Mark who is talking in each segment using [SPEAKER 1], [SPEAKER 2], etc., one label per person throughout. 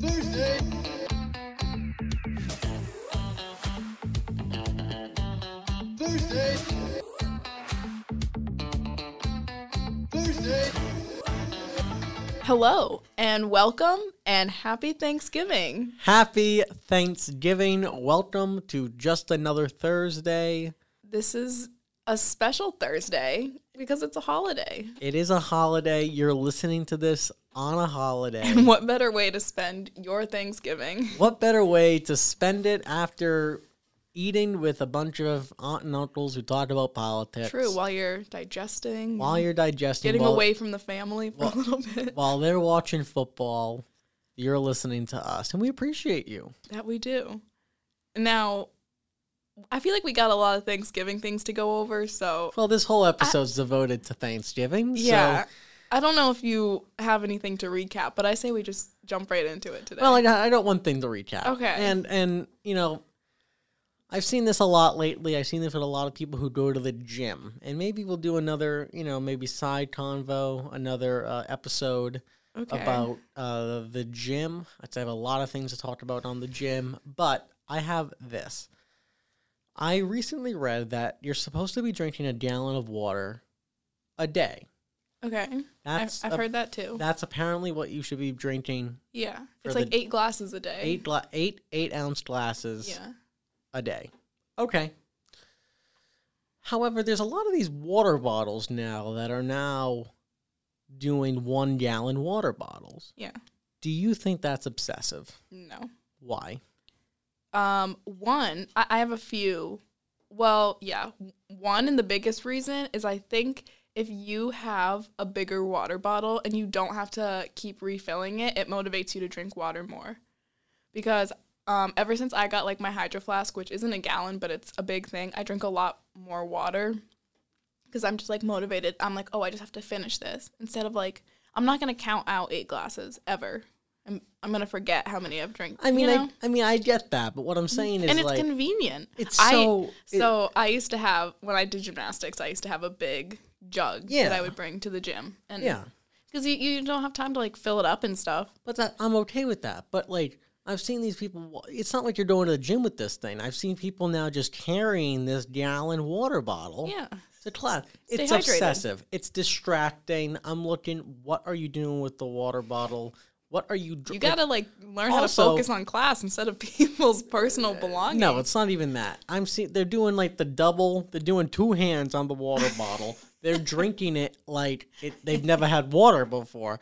[SPEAKER 1] Thursday. Thursday. Thursday.
[SPEAKER 2] Hello and welcome and happy Thanksgiving.
[SPEAKER 3] Happy Thanksgiving. Welcome to just another Thursday.
[SPEAKER 2] This is a special Thursday because it's a holiday.
[SPEAKER 3] It is a holiday. You're listening to this on a holiday.
[SPEAKER 2] And what better way to spend your Thanksgiving?
[SPEAKER 3] what better way to spend it after eating with a bunch of aunt and uncles who talk about politics?
[SPEAKER 2] True, while you're digesting,
[SPEAKER 3] While you're digesting,
[SPEAKER 2] getting
[SPEAKER 3] while,
[SPEAKER 2] away from the family for a little bit.
[SPEAKER 3] while they're watching football, you're listening to us, and we appreciate you.
[SPEAKER 2] That we do. Now, I feel like we got a lot of Thanksgiving things to go over, so
[SPEAKER 3] Well, this whole episode's devoted to Thanksgiving.
[SPEAKER 2] yeah.
[SPEAKER 3] So,
[SPEAKER 2] I don't know if you have anything to recap, but I say we just jump right into it today.
[SPEAKER 3] Well, I got, I got one thing to recap.
[SPEAKER 2] Okay.
[SPEAKER 3] And and you know, I've seen this a lot lately. I've seen this with a lot of people who go to the gym, and maybe we'll do another, you know, maybe side convo, another uh, episode
[SPEAKER 2] okay.
[SPEAKER 3] about uh, the gym. I have a lot of things to talk about on the gym, but I have this. I recently read that you're supposed to be drinking a gallon of water a day.
[SPEAKER 2] okay. I've,
[SPEAKER 3] That's
[SPEAKER 2] I've
[SPEAKER 3] a-
[SPEAKER 2] heard that too.
[SPEAKER 3] That's apparently what you should be drinking
[SPEAKER 2] Yeah.
[SPEAKER 3] for
[SPEAKER 2] It's like
[SPEAKER 3] the-
[SPEAKER 2] eight glasses a day.
[SPEAKER 3] eight gla- eight eight ounce glasses
[SPEAKER 2] Yeah.
[SPEAKER 3] a day. Okay. However, there's a lot of these water bottles now that are now doing one gallon water bottles.
[SPEAKER 2] Yeah.
[SPEAKER 3] Do you think that's obsessive?
[SPEAKER 2] No.
[SPEAKER 3] Why?
[SPEAKER 2] Um, one, I, I have a few. Well, yeah. One and the biggest reason is I think if you have a bigger water bottle and you don't have to keep refilling it, it motivates you to drink water more. Because um, ever since I got like my hydro flask, which isn't a gallon, but it's a big thing, I drink a lot more water because I'm just like motivated. I'm like, oh, I just have to finish this instead of like, I'm not gonna count out eight glasses ever. I'm, I'm gonna forget how many I've drank.
[SPEAKER 3] I mean,
[SPEAKER 2] you know? Mm-hmm.
[SPEAKER 3] I, I mean, I get that, but what I'm saying is
[SPEAKER 2] and it's
[SPEAKER 3] like
[SPEAKER 2] convenient.
[SPEAKER 3] it's
[SPEAKER 2] I-
[SPEAKER 3] so it-
[SPEAKER 2] so I used to have when I did gymnastics, I used to have a big jug that I
[SPEAKER 3] Yeah.
[SPEAKER 2] would bring to the gym, and
[SPEAKER 3] yeah.
[SPEAKER 2] because you, you don't have time to like fill it up and stuff.
[SPEAKER 3] But that, I'm okay with that. But like I've seen these people. wa- It's not like you're going to the gym with this thing. I've seen people now just carrying this gallon water bottle.
[SPEAKER 2] Yeah,
[SPEAKER 3] It's a cloud.
[SPEAKER 2] Stay
[SPEAKER 3] It's
[SPEAKER 2] hydrated.
[SPEAKER 3] obsessive. It's distracting. I'm looking. What are you doing with the water bottle? What are you? dr-
[SPEAKER 2] you gotta like learn how
[SPEAKER 3] also-
[SPEAKER 2] to focus on class instead of people's personal
[SPEAKER 3] like,
[SPEAKER 2] belongings.
[SPEAKER 3] no, it's not even that. I'm seeing. They're doing like the double. They're doing two hands on the water bottle. They're drinking it like it, they've never had water before.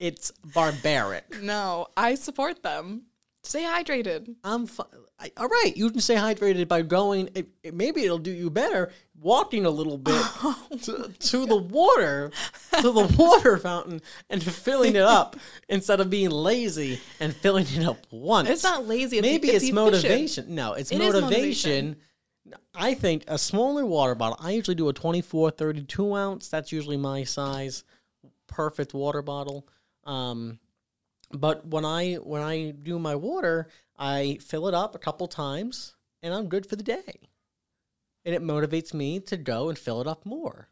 [SPEAKER 3] It's barbaric.
[SPEAKER 2] no, I support them. Stay hydrated.
[SPEAKER 3] I'm fi- I, all right. You can stay hydrated by going. It, it, maybe it'll do you better walking a little bit
[SPEAKER 2] Oh
[SPEAKER 3] to, to the water, to the water fountain, and filling it up instead of being lazy and filling it up once.
[SPEAKER 2] It's not lazy. It's,
[SPEAKER 3] maybe it's,
[SPEAKER 2] e, efficient.
[SPEAKER 3] motivation. No, it's
[SPEAKER 2] It is motivation.
[SPEAKER 3] motivation. I think a smaller water bottle. I usually do a 24, 32 ounce. That's usually my size. Perfect water bottle. Um, but when I when I do my water, I fill it up a couple times, and I'm good for the day. And it motivates me to go and fill it up more.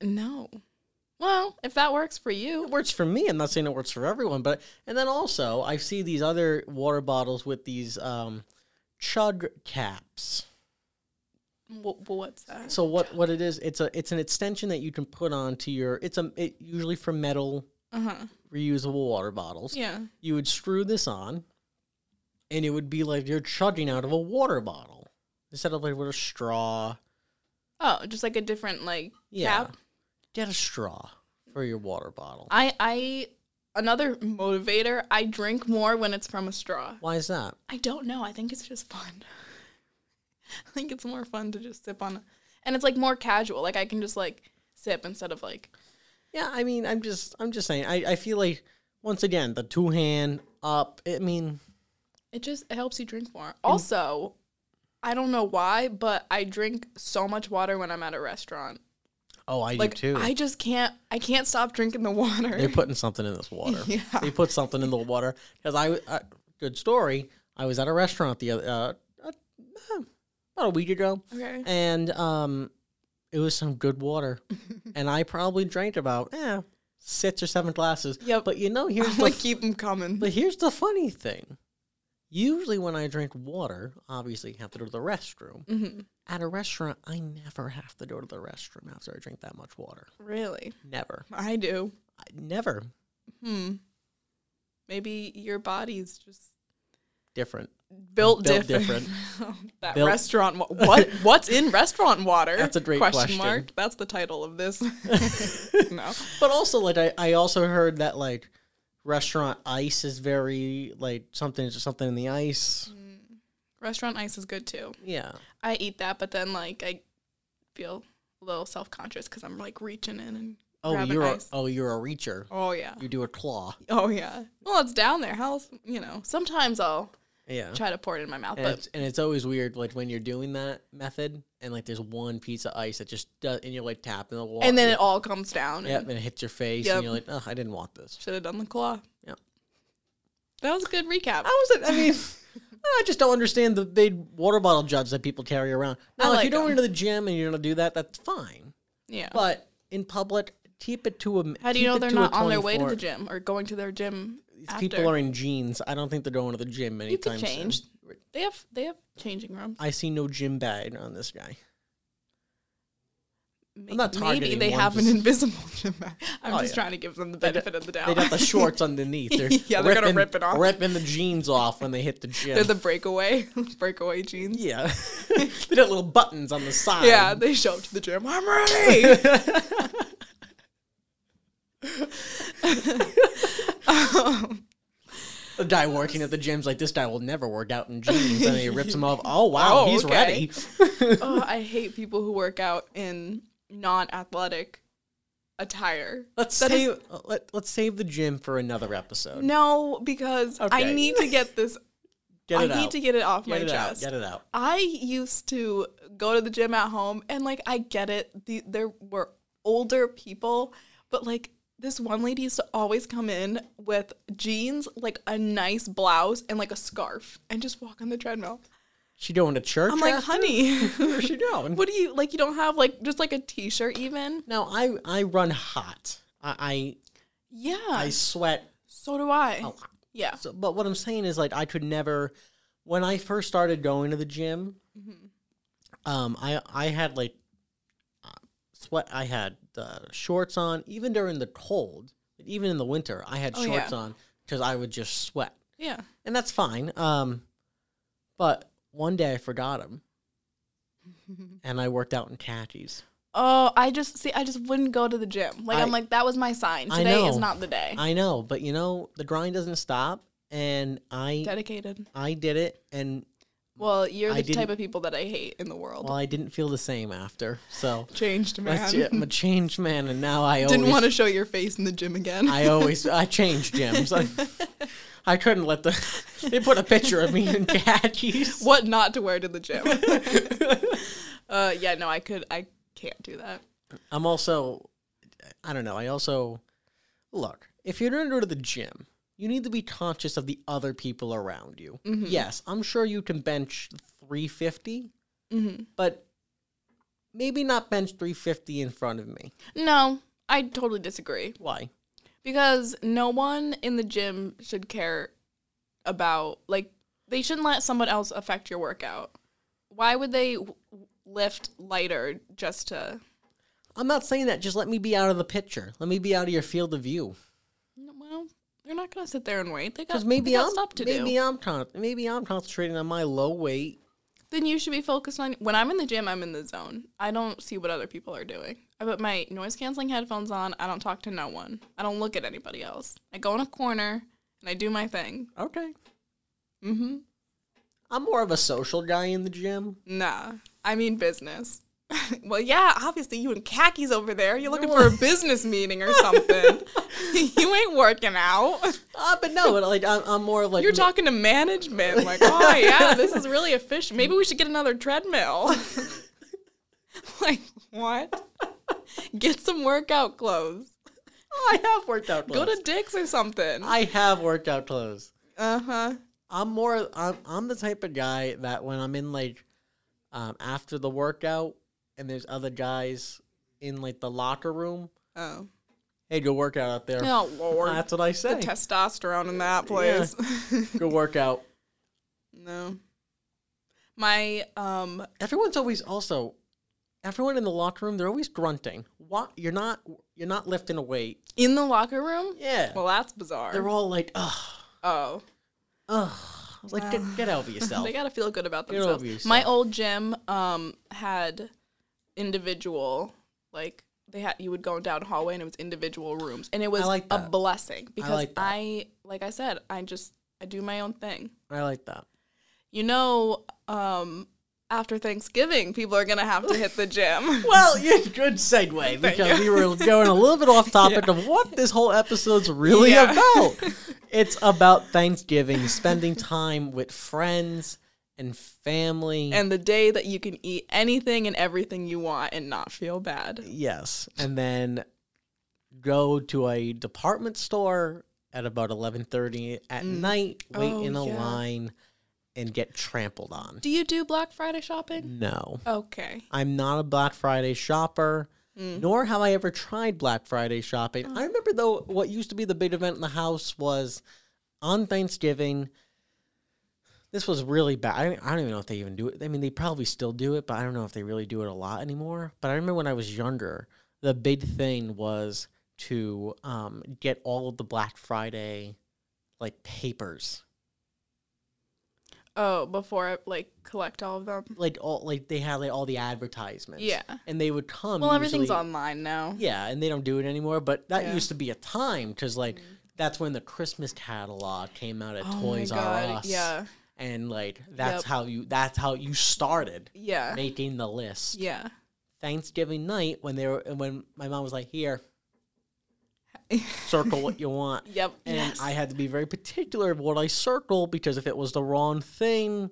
[SPEAKER 2] No. Well, if that works for
[SPEAKER 3] It
[SPEAKER 2] you,
[SPEAKER 3] works for me. I'm not saying it works for everyone, but and then also I see these other water bottles with these um, chug caps.
[SPEAKER 2] w- what's that?
[SPEAKER 3] So what what it is? It's a it's an extension that you can put onto your. It's a it, usually for metal
[SPEAKER 2] Uh huh.
[SPEAKER 3] reusable water bottles.
[SPEAKER 2] Yeah.
[SPEAKER 3] You would screw this on, and it would be like you're chugging out of a water bottle instead of like with a straw.
[SPEAKER 2] Oh, just like a different like
[SPEAKER 3] Yeah,
[SPEAKER 2] cap.
[SPEAKER 3] get a straw for your water bottle.
[SPEAKER 2] I I another motivator. I drink more when it's from a straw.
[SPEAKER 3] Why is that?
[SPEAKER 2] I don't know. I think it's just fun. I think it's more fun to just sip on, a, and it's like more casual. Like I can just like sip instead of like
[SPEAKER 3] Yeah, I mean, I'm just I'm just saying. I I feel like once again the two hand up. I mean,
[SPEAKER 2] it just it helps you drink more. Also, I don't know why, but I drink so much water when I'm at a restaurant.
[SPEAKER 3] oh, I
[SPEAKER 2] Like
[SPEAKER 3] do too.
[SPEAKER 2] I just can't. I can't stop drinking the water.
[SPEAKER 3] They're putting something in this water.
[SPEAKER 2] Yeah.
[SPEAKER 3] They put something in the water because I, I good story. I was at a restaurant the other uh, uh, about a week ago,
[SPEAKER 2] okay.
[SPEAKER 3] and um, it was some good water. and I probably drank about eh, six or seven glasses.
[SPEAKER 2] Yep.
[SPEAKER 3] But you know,
[SPEAKER 2] I'm
[SPEAKER 3] here's the
[SPEAKER 2] like, keep them coming.
[SPEAKER 3] but here's the funny thing. Usually, when I drink water, obviously you have to go to the restroom.
[SPEAKER 2] hmm
[SPEAKER 3] At a restaurant, I never have to go to the restroom after I drink that much water.
[SPEAKER 2] Really?
[SPEAKER 3] Never,
[SPEAKER 2] I do.
[SPEAKER 3] I, never.
[SPEAKER 2] Hmm. Maybe your body's just
[SPEAKER 3] Different.
[SPEAKER 2] built,
[SPEAKER 3] Built
[SPEAKER 2] different. that
[SPEAKER 3] Built-
[SPEAKER 2] restaurant. Wa- what? What's in restaurant water?
[SPEAKER 3] That's a great question.
[SPEAKER 2] mark. That's the title of this. no.
[SPEAKER 3] But also, like I, I also heard that like restaurant ice is very like something something in the ice.
[SPEAKER 2] Restaurant ice is good too.
[SPEAKER 3] Mm, Yeah.
[SPEAKER 2] I eat that, but then like I feel a little self conscious because I'm like reaching in and
[SPEAKER 3] Oh,
[SPEAKER 2] grabbing
[SPEAKER 3] you're a,
[SPEAKER 2] ice.
[SPEAKER 3] oh you're a reacher.
[SPEAKER 2] Oh yeah.
[SPEAKER 3] You do a claw.
[SPEAKER 2] Oh yeah. Well, it's down there. How else? You know. Sometimes I'll
[SPEAKER 3] Yeah.
[SPEAKER 2] try to pour it in my mouth,
[SPEAKER 3] And
[SPEAKER 2] but
[SPEAKER 3] it's, and it's always weird, like when you're doing that method, and like there's one piece of ice that just does, and you're like tapping the wall,
[SPEAKER 2] and then it all comes down.
[SPEAKER 3] yep, and it hits your face,
[SPEAKER 2] Yep.
[SPEAKER 3] and you're like, oh, I didn't want this.
[SPEAKER 2] Should have done the claw.
[SPEAKER 3] Yep.
[SPEAKER 2] That was a good recap.
[SPEAKER 3] I was, I mean, I just don't understand the big water bottle jugs that people carry around.
[SPEAKER 2] I
[SPEAKER 3] Now, if
[SPEAKER 2] like
[SPEAKER 3] you don't
[SPEAKER 2] 'em.
[SPEAKER 3] go to the gym and you're gonna do that, that's fine.
[SPEAKER 2] Yeah.
[SPEAKER 3] But in public, keep it to a.
[SPEAKER 2] How do you
[SPEAKER 3] keep
[SPEAKER 2] know
[SPEAKER 3] it
[SPEAKER 2] they're
[SPEAKER 3] to a
[SPEAKER 2] not on their way to
[SPEAKER 3] 24
[SPEAKER 2] the gym or going to their gym?
[SPEAKER 3] These
[SPEAKER 2] After?
[SPEAKER 3] People are in jeans. I don't think they're going to the gym
[SPEAKER 2] You
[SPEAKER 3] anytime
[SPEAKER 2] can change.
[SPEAKER 3] soon.
[SPEAKER 2] They have they have changing rooms.
[SPEAKER 3] I see no gym bag on this guy.
[SPEAKER 2] May-
[SPEAKER 3] I'm not
[SPEAKER 2] Maybe
[SPEAKER 3] targeting
[SPEAKER 2] they
[SPEAKER 3] one,
[SPEAKER 2] have an
[SPEAKER 3] just-
[SPEAKER 2] invisible gym bag. I'm
[SPEAKER 3] Oh,
[SPEAKER 2] just
[SPEAKER 3] yeah.
[SPEAKER 2] trying to give them the benefit of the doubt.
[SPEAKER 3] They got the shorts underneath. They're
[SPEAKER 2] Oh. Yeah, they're gonna
[SPEAKER 3] ripping-
[SPEAKER 2] rip it off.
[SPEAKER 3] Ripping the jeans off when they hit the gym.
[SPEAKER 2] They're the breakaway breakaway jeans.
[SPEAKER 3] yeah. they got little buttons on the side.
[SPEAKER 2] Yeah, they show up to the gym. I'm ready.
[SPEAKER 3] The guy working at the gym's like, this guy will never work out in jeans. And he rips them off. Oh,
[SPEAKER 2] Oh,
[SPEAKER 3] wow, he's
[SPEAKER 2] okay.
[SPEAKER 3] ready.
[SPEAKER 2] oh, I hate people who work out in non-athletic attire.
[SPEAKER 3] Let's
[SPEAKER 2] That
[SPEAKER 3] save, let, let's save the gym for another episode.
[SPEAKER 2] No, because I
[SPEAKER 3] Okay.
[SPEAKER 2] need to get this.
[SPEAKER 3] Get
[SPEAKER 2] I
[SPEAKER 3] it
[SPEAKER 2] need
[SPEAKER 3] out.
[SPEAKER 2] to get it off
[SPEAKER 3] Get
[SPEAKER 2] my
[SPEAKER 3] it out.
[SPEAKER 2] chest.
[SPEAKER 3] Get it out.
[SPEAKER 2] I used to go to the gym at home, and like I get it. The, there were older people, but like this one lady used to always come in with jeans, like a nice blouse, and like a scarf, and just walk on the treadmill.
[SPEAKER 3] She going to church?
[SPEAKER 2] I'm like,
[SPEAKER 3] after?
[SPEAKER 2] honey,
[SPEAKER 3] Where's she going?
[SPEAKER 2] what do you like? You don't have like just like a t-shirt even.
[SPEAKER 3] No, I, I run hot. I,
[SPEAKER 2] Yeah,
[SPEAKER 3] I, Oh, I sweat
[SPEAKER 2] so do I.
[SPEAKER 3] a lot.
[SPEAKER 2] Yeah,
[SPEAKER 3] So, but what I'm saying is, like, I could never. When I first started going to the gym,
[SPEAKER 2] Mm-hmm.
[SPEAKER 3] um, I I had like uh, sweat. I had uh, shorts on even during the cold, even in the winter. I had
[SPEAKER 2] Oh,
[SPEAKER 3] shorts
[SPEAKER 2] yeah.
[SPEAKER 3] on because I would just sweat,
[SPEAKER 2] yeah.
[SPEAKER 3] and that's fine. Um, but one day I forgot them, and I worked out in khakis.
[SPEAKER 2] Oh, I just see. I just wouldn't go to the gym. Like I, am
[SPEAKER 3] I-
[SPEAKER 2] like that was my sign.
[SPEAKER 3] I
[SPEAKER 2] Today is
[SPEAKER 3] know.
[SPEAKER 2] not the day.
[SPEAKER 3] I know, but you know the grind doesn't stop, and I
[SPEAKER 2] Dedicated.
[SPEAKER 3] I did it, and
[SPEAKER 2] Well, you're
[SPEAKER 3] I
[SPEAKER 2] the type
[SPEAKER 3] didn't-
[SPEAKER 2] of people that I hate in the world.
[SPEAKER 3] well, I didn't feel the same after. So
[SPEAKER 2] Changed man.
[SPEAKER 3] That's it. I'm a changed man, and now I
[SPEAKER 2] Didn't
[SPEAKER 3] always,
[SPEAKER 2] want to show your face in the gym again.
[SPEAKER 3] I always, I changed gyms. I, I couldn't let the. They put a picture of me in khakis.
[SPEAKER 2] what not to wear to the gym? uh, yeah, no, I could. I can't do that.
[SPEAKER 3] I'm also, I don't know. I also look. If you're gonna go to the gym, you need to be conscious of the other people around you.
[SPEAKER 2] Mm-hmm.
[SPEAKER 3] Yes, I'm sure you can bench 350,
[SPEAKER 2] Mm-hmm.
[SPEAKER 3] but maybe not bench 350 in front of me.
[SPEAKER 2] No, I totally disagree
[SPEAKER 3] Why?
[SPEAKER 2] because no one in the gym should care about like they shouldn't let someone else affect your workout. Why would they w- lift lighter just to?
[SPEAKER 3] I'm not saying that. Just let me be out of the picture. Let me be out of your field of view.
[SPEAKER 2] Well, they're not gonna sit there and wait. They got
[SPEAKER 3] Because maybe
[SPEAKER 2] they got
[SPEAKER 3] I'm
[SPEAKER 2] stuff to do.
[SPEAKER 3] maybe I'm con- maybe I'm concentrating on my low weight.
[SPEAKER 2] then you should be focused on when I'm in the gym, I'm in the zone. I don't see what other people are doing. I put my noise canceling headphones on. I don't talk to no one. I don't look at anybody else. I go in a corner and I do my thing.
[SPEAKER 3] Okay,
[SPEAKER 2] hmm
[SPEAKER 3] I'm more of a social guy in the gym.
[SPEAKER 2] Nah, I mean business. well, yeah, obviously you in khakis over there. You're looking for a business meeting or something. you ain't working out.
[SPEAKER 3] Uh, but no, but like I'm, I'm more of like
[SPEAKER 2] You're talking to management. Like, oh yeah, this is really efficient. Maybe we should get another treadmill. like what? Get some workout clothes.
[SPEAKER 3] I have workout
[SPEAKER 2] Go
[SPEAKER 3] clothes.
[SPEAKER 2] to Dick's or something.
[SPEAKER 3] I have workout clothes.
[SPEAKER 2] Uh huh.
[SPEAKER 3] I'm more. I'm, I'm the type of guy that when I'm in like um, after the workout and there's other guys in like the locker room.
[SPEAKER 2] Oh.
[SPEAKER 3] Hey, go work out out there.
[SPEAKER 2] Oh, Lord.
[SPEAKER 3] That's what I
[SPEAKER 2] the
[SPEAKER 3] say.
[SPEAKER 2] testosterone in that place.
[SPEAKER 3] Go work out.
[SPEAKER 2] no. My, um,
[SPEAKER 3] Everyone's always also everyone in the locker room, they're always grunting. What you're not you're not lifting a weight.
[SPEAKER 2] in the locker room?
[SPEAKER 3] Yeah.
[SPEAKER 2] Well, that's bizarre.
[SPEAKER 3] they're all like, ugh,
[SPEAKER 2] oh.
[SPEAKER 3] ugh. I was like, get, get over yourself.
[SPEAKER 2] They gotta feel good about
[SPEAKER 3] Get over
[SPEAKER 2] themselves.
[SPEAKER 3] yourself.
[SPEAKER 2] My old gym um had individual like they had you would go down a hallway and it was individual rooms and it was
[SPEAKER 3] like
[SPEAKER 2] a
[SPEAKER 3] that.
[SPEAKER 2] blessing because I
[SPEAKER 3] like
[SPEAKER 2] like,
[SPEAKER 3] that.
[SPEAKER 2] I said I just I do my own thing.
[SPEAKER 3] I like that.
[SPEAKER 2] You know, um after Thanksgiving people are gonna have to hit the gym.
[SPEAKER 3] Well, yeah, good segue because we were going a little bit off topic of what this whole episode's really
[SPEAKER 2] Yeah.
[SPEAKER 3] about. It's about Thanksgiving, spending time with friends and family.
[SPEAKER 2] and the day that you can eat anything and everything you want and not feel bad.
[SPEAKER 3] yes, and then go to a department store at about 11:30 at night, wait
[SPEAKER 2] Oh,
[SPEAKER 3] in a
[SPEAKER 2] yeah.
[SPEAKER 3] line and get trampled on.
[SPEAKER 2] Do you do Black Friday
[SPEAKER 3] Mm.
[SPEAKER 2] shopping?
[SPEAKER 3] No.
[SPEAKER 2] Okay.
[SPEAKER 3] I'm not a Black Friday shopper,
[SPEAKER 2] Mm.
[SPEAKER 3] nor have I ever tried Black Friday shopping.
[SPEAKER 2] Ah.
[SPEAKER 3] I remember though, what used to be the big event in the house was on Thanksgiving. This was really bad. I don't, I don't even know if they even do it. I mean, they probably still do it, but I don't know if they really do it a lot anymore. But I remember when I was younger, the big thing was to um, get all of the Black Friday like papers
[SPEAKER 2] Oh, before I like collect all of them.
[SPEAKER 3] like all like they had like all the advertisements
[SPEAKER 2] Mm. Yeah.
[SPEAKER 3] and they would come
[SPEAKER 2] Well, everything's
[SPEAKER 3] usually-
[SPEAKER 2] online now.
[SPEAKER 3] Yeah, and they don't do it anymore. But that
[SPEAKER 2] Yeah. Mm-hmm.
[SPEAKER 3] used to be a time because like that's when the Christmas catalog came out at
[SPEAKER 2] Oh my
[SPEAKER 3] Toys R
[SPEAKER 2] God,
[SPEAKER 3] Us.
[SPEAKER 2] Yeah.
[SPEAKER 3] and like
[SPEAKER 2] Yep.
[SPEAKER 3] that's how you that's how you started
[SPEAKER 2] Yeah.
[SPEAKER 3] making the list.
[SPEAKER 2] Yeah.
[SPEAKER 3] Thanksgiving night when they were when my mom was like, "Here, circle what you want."
[SPEAKER 2] Yep.
[SPEAKER 3] And
[SPEAKER 2] yes.
[SPEAKER 3] I had to be very particular of what I circled because if it was the wrong thing,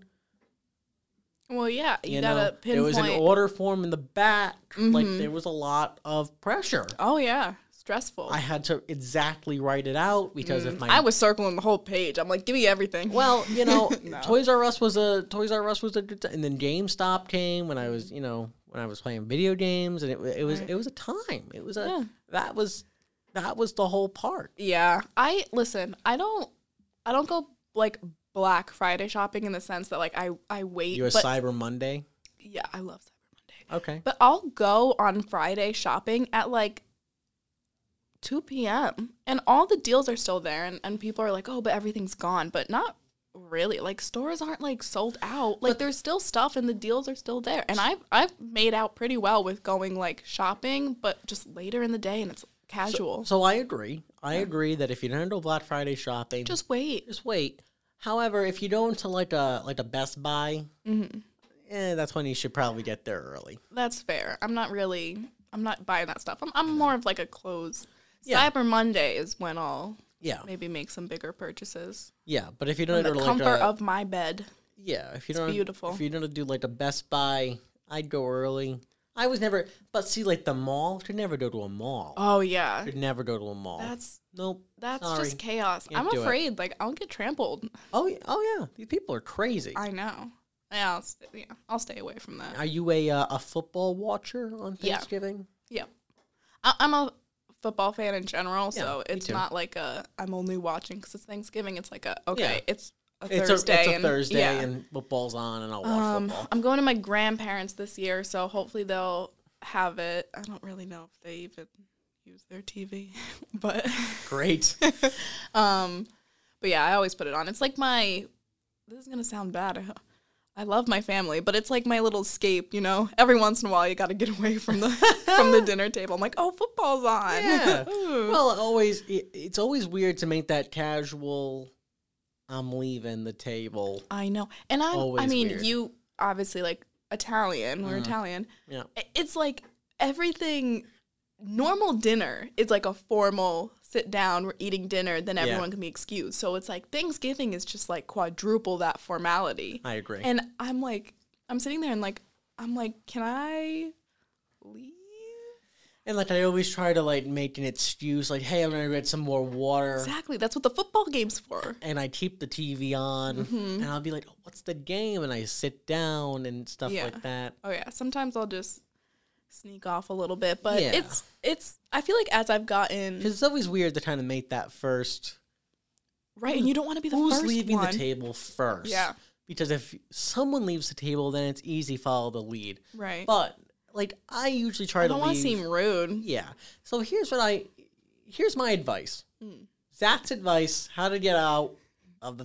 [SPEAKER 2] well, yeah. You,
[SPEAKER 3] you, know,
[SPEAKER 2] gotta
[SPEAKER 3] there was
[SPEAKER 2] pinpoint. Mm-hmm.
[SPEAKER 3] an order form in the back. Like there was a lot of pressure.
[SPEAKER 2] oh yeah. Stressful. I,
[SPEAKER 3] I had to exactly write it out because if my
[SPEAKER 2] was circling the whole page. I'm like, give me everything.
[SPEAKER 3] well, you know,
[SPEAKER 2] No.
[SPEAKER 3] Toys R Us was a Toys R Us was a good time, and then GameStop came when I was you know when I was playing video games, and it wa- it was it was a time. It was a
[SPEAKER 2] Yeah.
[SPEAKER 3] that was that was the whole part.
[SPEAKER 2] yeah. I listen. I don't. I don't go like Black Friday shopping in the sense that like I I wait.
[SPEAKER 3] You a
[SPEAKER 2] but
[SPEAKER 3] Cyber Monday?
[SPEAKER 2] yeah, I love Cyber Monday.
[SPEAKER 3] Okay.
[SPEAKER 2] But I'll go on Friday shopping at like 2 p.m. and all the deals are still there and, and people are like, oh, but everything's gone. But not really. Like stores aren't like sold out. Like there's still stuff and the deals are still there. And I've I've made out pretty well with going like shopping, but just later in the day and it's casual.
[SPEAKER 3] So I agree. I agree that if you don't do Black Friday shopping,
[SPEAKER 2] just wait.
[SPEAKER 3] just wait. However, if you go into like a like a Best Buy,
[SPEAKER 2] Mhm.
[SPEAKER 3] eh, that's when you should probably get there early.
[SPEAKER 2] That's fair. I'm not really I'm not buying that stuff. I'm I'm more of like a clothes.
[SPEAKER 3] Yeah.
[SPEAKER 2] Cyber Monday is when I'll
[SPEAKER 3] Yeah,
[SPEAKER 2] maybe make some bigger purchases.
[SPEAKER 3] yeah. But if you don't
[SPEAKER 2] the
[SPEAKER 3] do like
[SPEAKER 2] comfort
[SPEAKER 3] a,
[SPEAKER 2] of my bed.
[SPEAKER 3] Yeah, if you don't,
[SPEAKER 2] beautiful.
[SPEAKER 3] If you don't do like a Best Buy, I'd go early. I was never, but see, like the mall, could never go to a mall.
[SPEAKER 2] Oh yeah,
[SPEAKER 3] could never go to a mall.
[SPEAKER 2] that's
[SPEAKER 3] nope.
[SPEAKER 2] that's
[SPEAKER 3] Sorry.
[SPEAKER 2] just chaos.
[SPEAKER 3] Can't
[SPEAKER 2] I'm
[SPEAKER 3] do it.
[SPEAKER 2] afraid, like I'll get trampled.
[SPEAKER 3] Oh, y- oh yeah, these people are crazy.
[SPEAKER 2] I know. Yeah, I'll st- yeah, I'll stay away from that.
[SPEAKER 3] are you a uh, a football watcher on
[SPEAKER 2] Yeah.
[SPEAKER 3] Thanksgiving?
[SPEAKER 2] yeah, I- I'm a football fan in general,
[SPEAKER 3] Yeah,
[SPEAKER 2] so
[SPEAKER 3] me
[SPEAKER 2] it's
[SPEAKER 3] too.
[SPEAKER 2] not like a I'm only watching because it's Thanksgiving. It's like a okay,
[SPEAKER 3] Yeah.
[SPEAKER 2] it's a
[SPEAKER 3] It's a, it's
[SPEAKER 2] Thursday.
[SPEAKER 3] a
[SPEAKER 2] and,
[SPEAKER 3] Thursday,
[SPEAKER 2] yeah.
[SPEAKER 3] and football's on, and I'll watch
[SPEAKER 2] um,
[SPEAKER 3] football.
[SPEAKER 2] I'm going to my grandparents this year, so hopefully they'll have it. I don't really know if they even use their TV, but.
[SPEAKER 3] Great.
[SPEAKER 2] Um, but yeah, I always put it on. It's like my. This is gonna sound bad. I love my family, but it's like my little escape. You know, every once in a while, you got to get away from the from the dinner table. I'm like, oh, football's on.
[SPEAKER 3] Yeah.
[SPEAKER 2] Ooh.
[SPEAKER 3] well, it always it, it's always weird to make that casual. I'm leaving the table.
[SPEAKER 2] I know, and I. I
[SPEAKER 3] Always
[SPEAKER 2] mean,
[SPEAKER 3] weird. Uh-huh.
[SPEAKER 2] you obviously like Italian. We're Italian.
[SPEAKER 3] Yeah.
[SPEAKER 2] I- It's like everything. Normal dinner is like a formal sit down. We're eating dinner, then everyone can be excused. So it's like Thanksgiving is just like quadruple that formality.
[SPEAKER 3] I agree.
[SPEAKER 2] And I'm like, I'm sitting there and like, I'm like, can I leave?
[SPEAKER 3] And like I always try to like make an excuse, like, "Hey, I'm gonna get some more water,"
[SPEAKER 2] Exactly. That's what the football game's for.
[SPEAKER 3] and I keep the TV on,
[SPEAKER 2] Mm-hmm.
[SPEAKER 3] and I'll be like, "Oh, "What's the game?" And I sit down and stuff
[SPEAKER 2] Yeah.
[SPEAKER 3] like that.
[SPEAKER 2] Oh yeah. Sometimes I'll just sneak off a little bit, but
[SPEAKER 3] Yeah.
[SPEAKER 2] it's it's. I feel like as I've gotten
[SPEAKER 3] Because it's always weird to kind of make that first.
[SPEAKER 2] right, and you don't want to be the
[SPEAKER 3] Who's
[SPEAKER 2] first
[SPEAKER 3] leaving
[SPEAKER 2] one.
[SPEAKER 3] the table first?
[SPEAKER 2] Yeah.
[SPEAKER 3] Because if someone leaves the table, then it's easy follow the lead.
[SPEAKER 2] Right.
[SPEAKER 3] But like I usually
[SPEAKER 2] I
[SPEAKER 3] try to
[SPEAKER 2] don't want to
[SPEAKER 3] leave.
[SPEAKER 2] seem rude.
[SPEAKER 3] Yeah. So here's what I here's my advice.
[SPEAKER 2] Mm.
[SPEAKER 3] Zach's advice: how to get out of the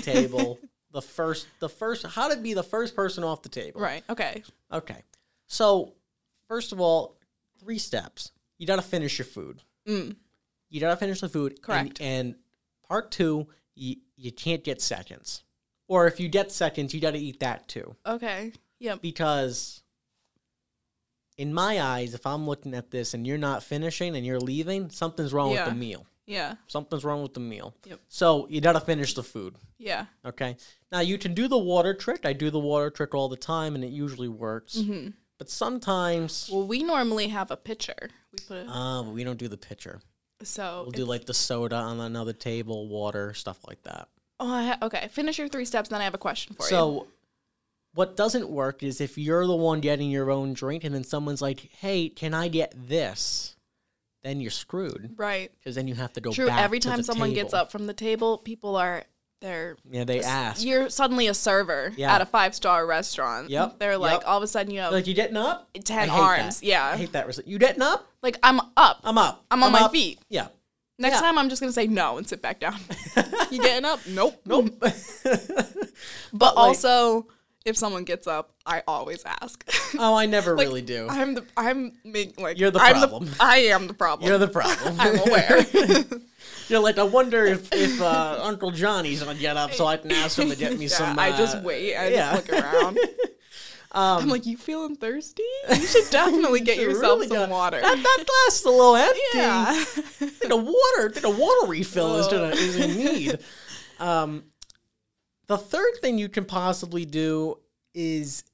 [SPEAKER 3] table. the first, the first, how to be the first person off the table.
[SPEAKER 2] Right. Okay.
[SPEAKER 3] Okay. So first of all, three steps. You gotta finish your food.
[SPEAKER 2] Mm.
[SPEAKER 3] You gotta finish the food. and-
[SPEAKER 2] Correct.
[SPEAKER 3] And, part two, you, you can't get seconds. Or if you get seconds, you gotta eat that too
[SPEAKER 2] Okay. Yep.
[SPEAKER 3] because in my eyes if i'm looking at this and you're not finishing and you're leaving something's wrong
[SPEAKER 2] Yeah.
[SPEAKER 3] with the meal
[SPEAKER 2] Yeah.
[SPEAKER 3] something's wrong with the meal
[SPEAKER 2] Yep.
[SPEAKER 3] so you gotta finish the food
[SPEAKER 2] Yeah.
[SPEAKER 3] okay now you can do the water trick i do the water trick all the time and it usually works
[SPEAKER 2] Mm-hmm.
[SPEAKER 3] but sometimes
[SPEAKER 2] Well, we normally have a pitcher. We put a,
[SPEAKER 3] uh, we don't do the pitcher
[SPEAKER 2] so
[SPEAKER 3] we'll do
[SPEAKER 2] it's-
[SPEAKER 3] like the soda on another table water stuff like that
[SPEAKER 2] Oh, I ha- okay. Finish your three steps, then I have a question for you.
[SPEAKER 3] So, what doesn't work is if you're the one getting your own drink and then someone's like, hey, can I get this? Then you're screwed
[SPEAKER 2] Right.
[SPEAKER 3] because then you have to go
[SPEAKER 2] True.
[SPEAKER 3] back
[SPEAKER 2] Every
[SPEAKER 3] to
[SPEAKER 2] time
[SPEAKER 3] the
[SPEAKER 2] someone gets
[SPEAKER 3] table.
[SPEAKER 2] up from the table, people are they're
[SPEAKER 3] Yeah, they ask.
[SPEAKER 2] You're suddenly a server
[SPEAKER 3] Yeah.
[SPEAKER 2] at a five star restaurant.
[SPEAKER 3] Yep.
[SPEAKER 2] They're like
[SPEAKER 3] Yep.
[SPEAKER 2] all of a sudden you have
[SPEAKER 3] Like, you getting up?
[SPEAKER 2] ten
[SPEAKER 3] I hate
[SPEAKER 2] arms.
[SPEAKER 3] that.
[SPEAKER 2] Yeah.
[SPEAKER 3] I hate that. res- You getting up?
[SPEAKER 2] like I'm up.
[SPEAKER 3] I'm up.
[SPEAKER 2] I'm on my
[SPEAKER 3] up."
[SPEAKER 2] feet.
[SPEAKER 3] Yeah.
[SPEAKER 2] Next
[SPEAKER 3] yeah.
[SPEAKER 2] time I'm just gonna say no and sit back down. you getting up? Nope.
[SPEAKER 3] Nope.
[SPEAKER 2] But
[SPEAKER 3] like-
[SPEAKER 2] also if someone gets up, I always ask.
[SPEAKER 3] oh, I never
[SPEAKER 2] Like,
[SPEAKER 3] really do.
[SPEAKER 2] I'm the I'm make, like
[SPEAKER 3] You're the
[SPEAKER 2] I'm
[SPEAKER 3] problem.
[SPEAKER 2] I am the problem.
[SPEAKER 3] You're the problem.
[SPEAKER 2] I'm aware.
[SPEAKER 3] You're like, I wonder if, if uh, Uncle Johnny's gonna get up so I can ask him to get me
[SPEAKER 2] Yeah,
[SPEAKER 3] some.
[SPEAKER 2] I just
[SPEAKER 3] uh,
[SPEAKER 2] wait. I
[SPEAKER 3] yeah.
[SPEAKER 2] just look around. I'm like, you feeling thirsty? You should definitely get
[SPEAKER 3] You
[SPEAKER 2] yourself
[SPEAKER 3] really
[SPEAKER 2] some
[SPEAKER 3] gotta-
[SPEAKER 2] water.
[SPEAKER 3] That, that glass is a little empty.
[SPEAKER 2] yeah.
[SPEAKER 3] the water the water refill is, gonna, is in need. Um, the third thing you can possibly do is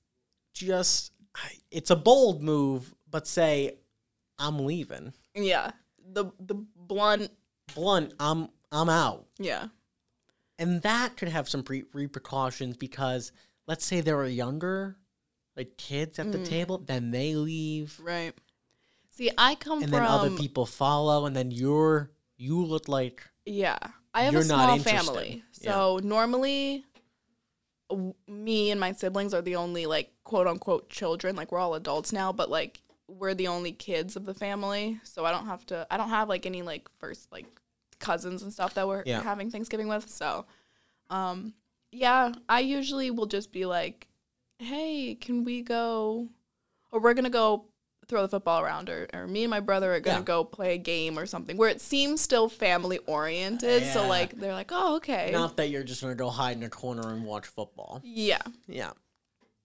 [SPEAKER 3] just it's a bold move, but say I'm leaving.
[SPEAKER 2] yeah. The the blunt.
[SPEAKER 3] Blunt, I'm I'm out,
[SPEAKER 2] Yeah.
[SPEAKER 3] and that could have some pre- repercussions because let's say there are younger like kids at the table, then they leave,
[SPEAKER 2] Right. See, I come
[SPEAKER 3] and
[SPEAKER 2] from
[SPEAKER 3] then other people follow, and then you're you look like
[SPEAKER 2] Yeah. I have a
[SPEAKER 3] You're not
[SPEAKER 2] small
[SPEAKER 3] interested.
[SPEAKER 2] family. So normally w- me and my siblings are the only like quote unquote children. Like we're all adults now, but like we're the only kids of the family. So I don't have to I don't have like any like first like cousins and stuff that we're
[SPEAKER 3] Yeah.
[SPEAKER 2] having Thanksgiving with. So um yeah, I usually will just be like, "Hey, can we go or we're going to go throw the football around or, or me and my brother are gonna
[SPEAKER 3] Yeah.
[SPEAKER 2] go play a game or something where it seems still family oriented so
[SPEAKER 3] Yeah.
[SPEAKER 2] like they're like oh okay
[SPEAKER 3] Not that you're just gonna go hide in a corner and watch football.
[SPEAKER 2] yeah
[SPEAKER 3] Yeah.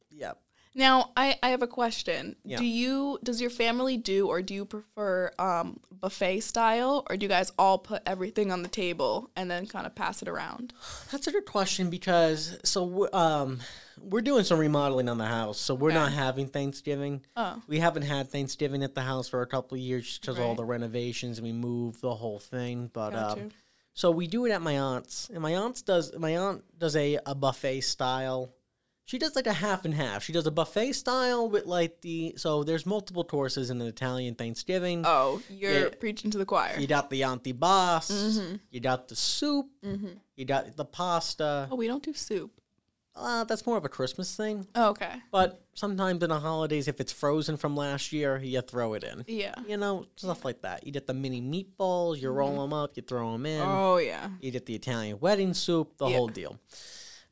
[SPEAKER 3] Yep.
[SPEAKER 2] now i i have a question
[SPEAKER 3] Yeah.
[SPEAKER 2] do you does your family do or do you prefer um buffet style or do you guys all put everything on the table and then kind of pass it around
[SPEAKER 3] That's a good question because so w- um we're doing some remodeling on the house, so we're not
[SPEAKER 2] Okay.
[SPEAKER 3] having Thanksgiving.
[SPEAKER 2] oh
[SPEAKER 3] We haven't had Thanksgiving at the house for a couple of years because all
[SPEAKER 2] Right.
[SPEAKER 3] the renovations and we moved the whole thing. But
[SPEAKER 2] got
[SPEAKER 3] um,
[SPEAKER 2] you.
[SPEAKER 3] so we do it at my aunt's, and my aunt's does my aunt does a, a buffet style. She does like a half and half. She does a buffet style with like the so there's multiple courses in an Italian Thanksgiving.
[SPEAKER 2] oh you're
[SPEAKER 3] yeah.
[SPEAKER 2] preaching to the choir
[SPEAKER 3] You got the antipasto.
[SPEAKER 2] Mm-hmm.
[SPEAKER 3] You got the soup. You got the pasta.
[SPEAKER 2] oh we don't do soup
[SPEAKER 3] Uh, that's more of a Christmas thing.
[SPEAKER 2] oh, okay
[SPEAKER 3] But sometimes in the holidays, if it's frozen from last year, you throw it in.
[SPEAKER 2] yeah
[SPEAKER 3] You know, stuff like that. You get the mini meatballs. You roll them up. You throw them in.
[SPEAKER 2] Mm-hmm. oh yeah
[SPEAKER 3] You get the Italian wedding soup. The
[SPEAKER 2] Yeah.
[SPEAKER 3] whole deal.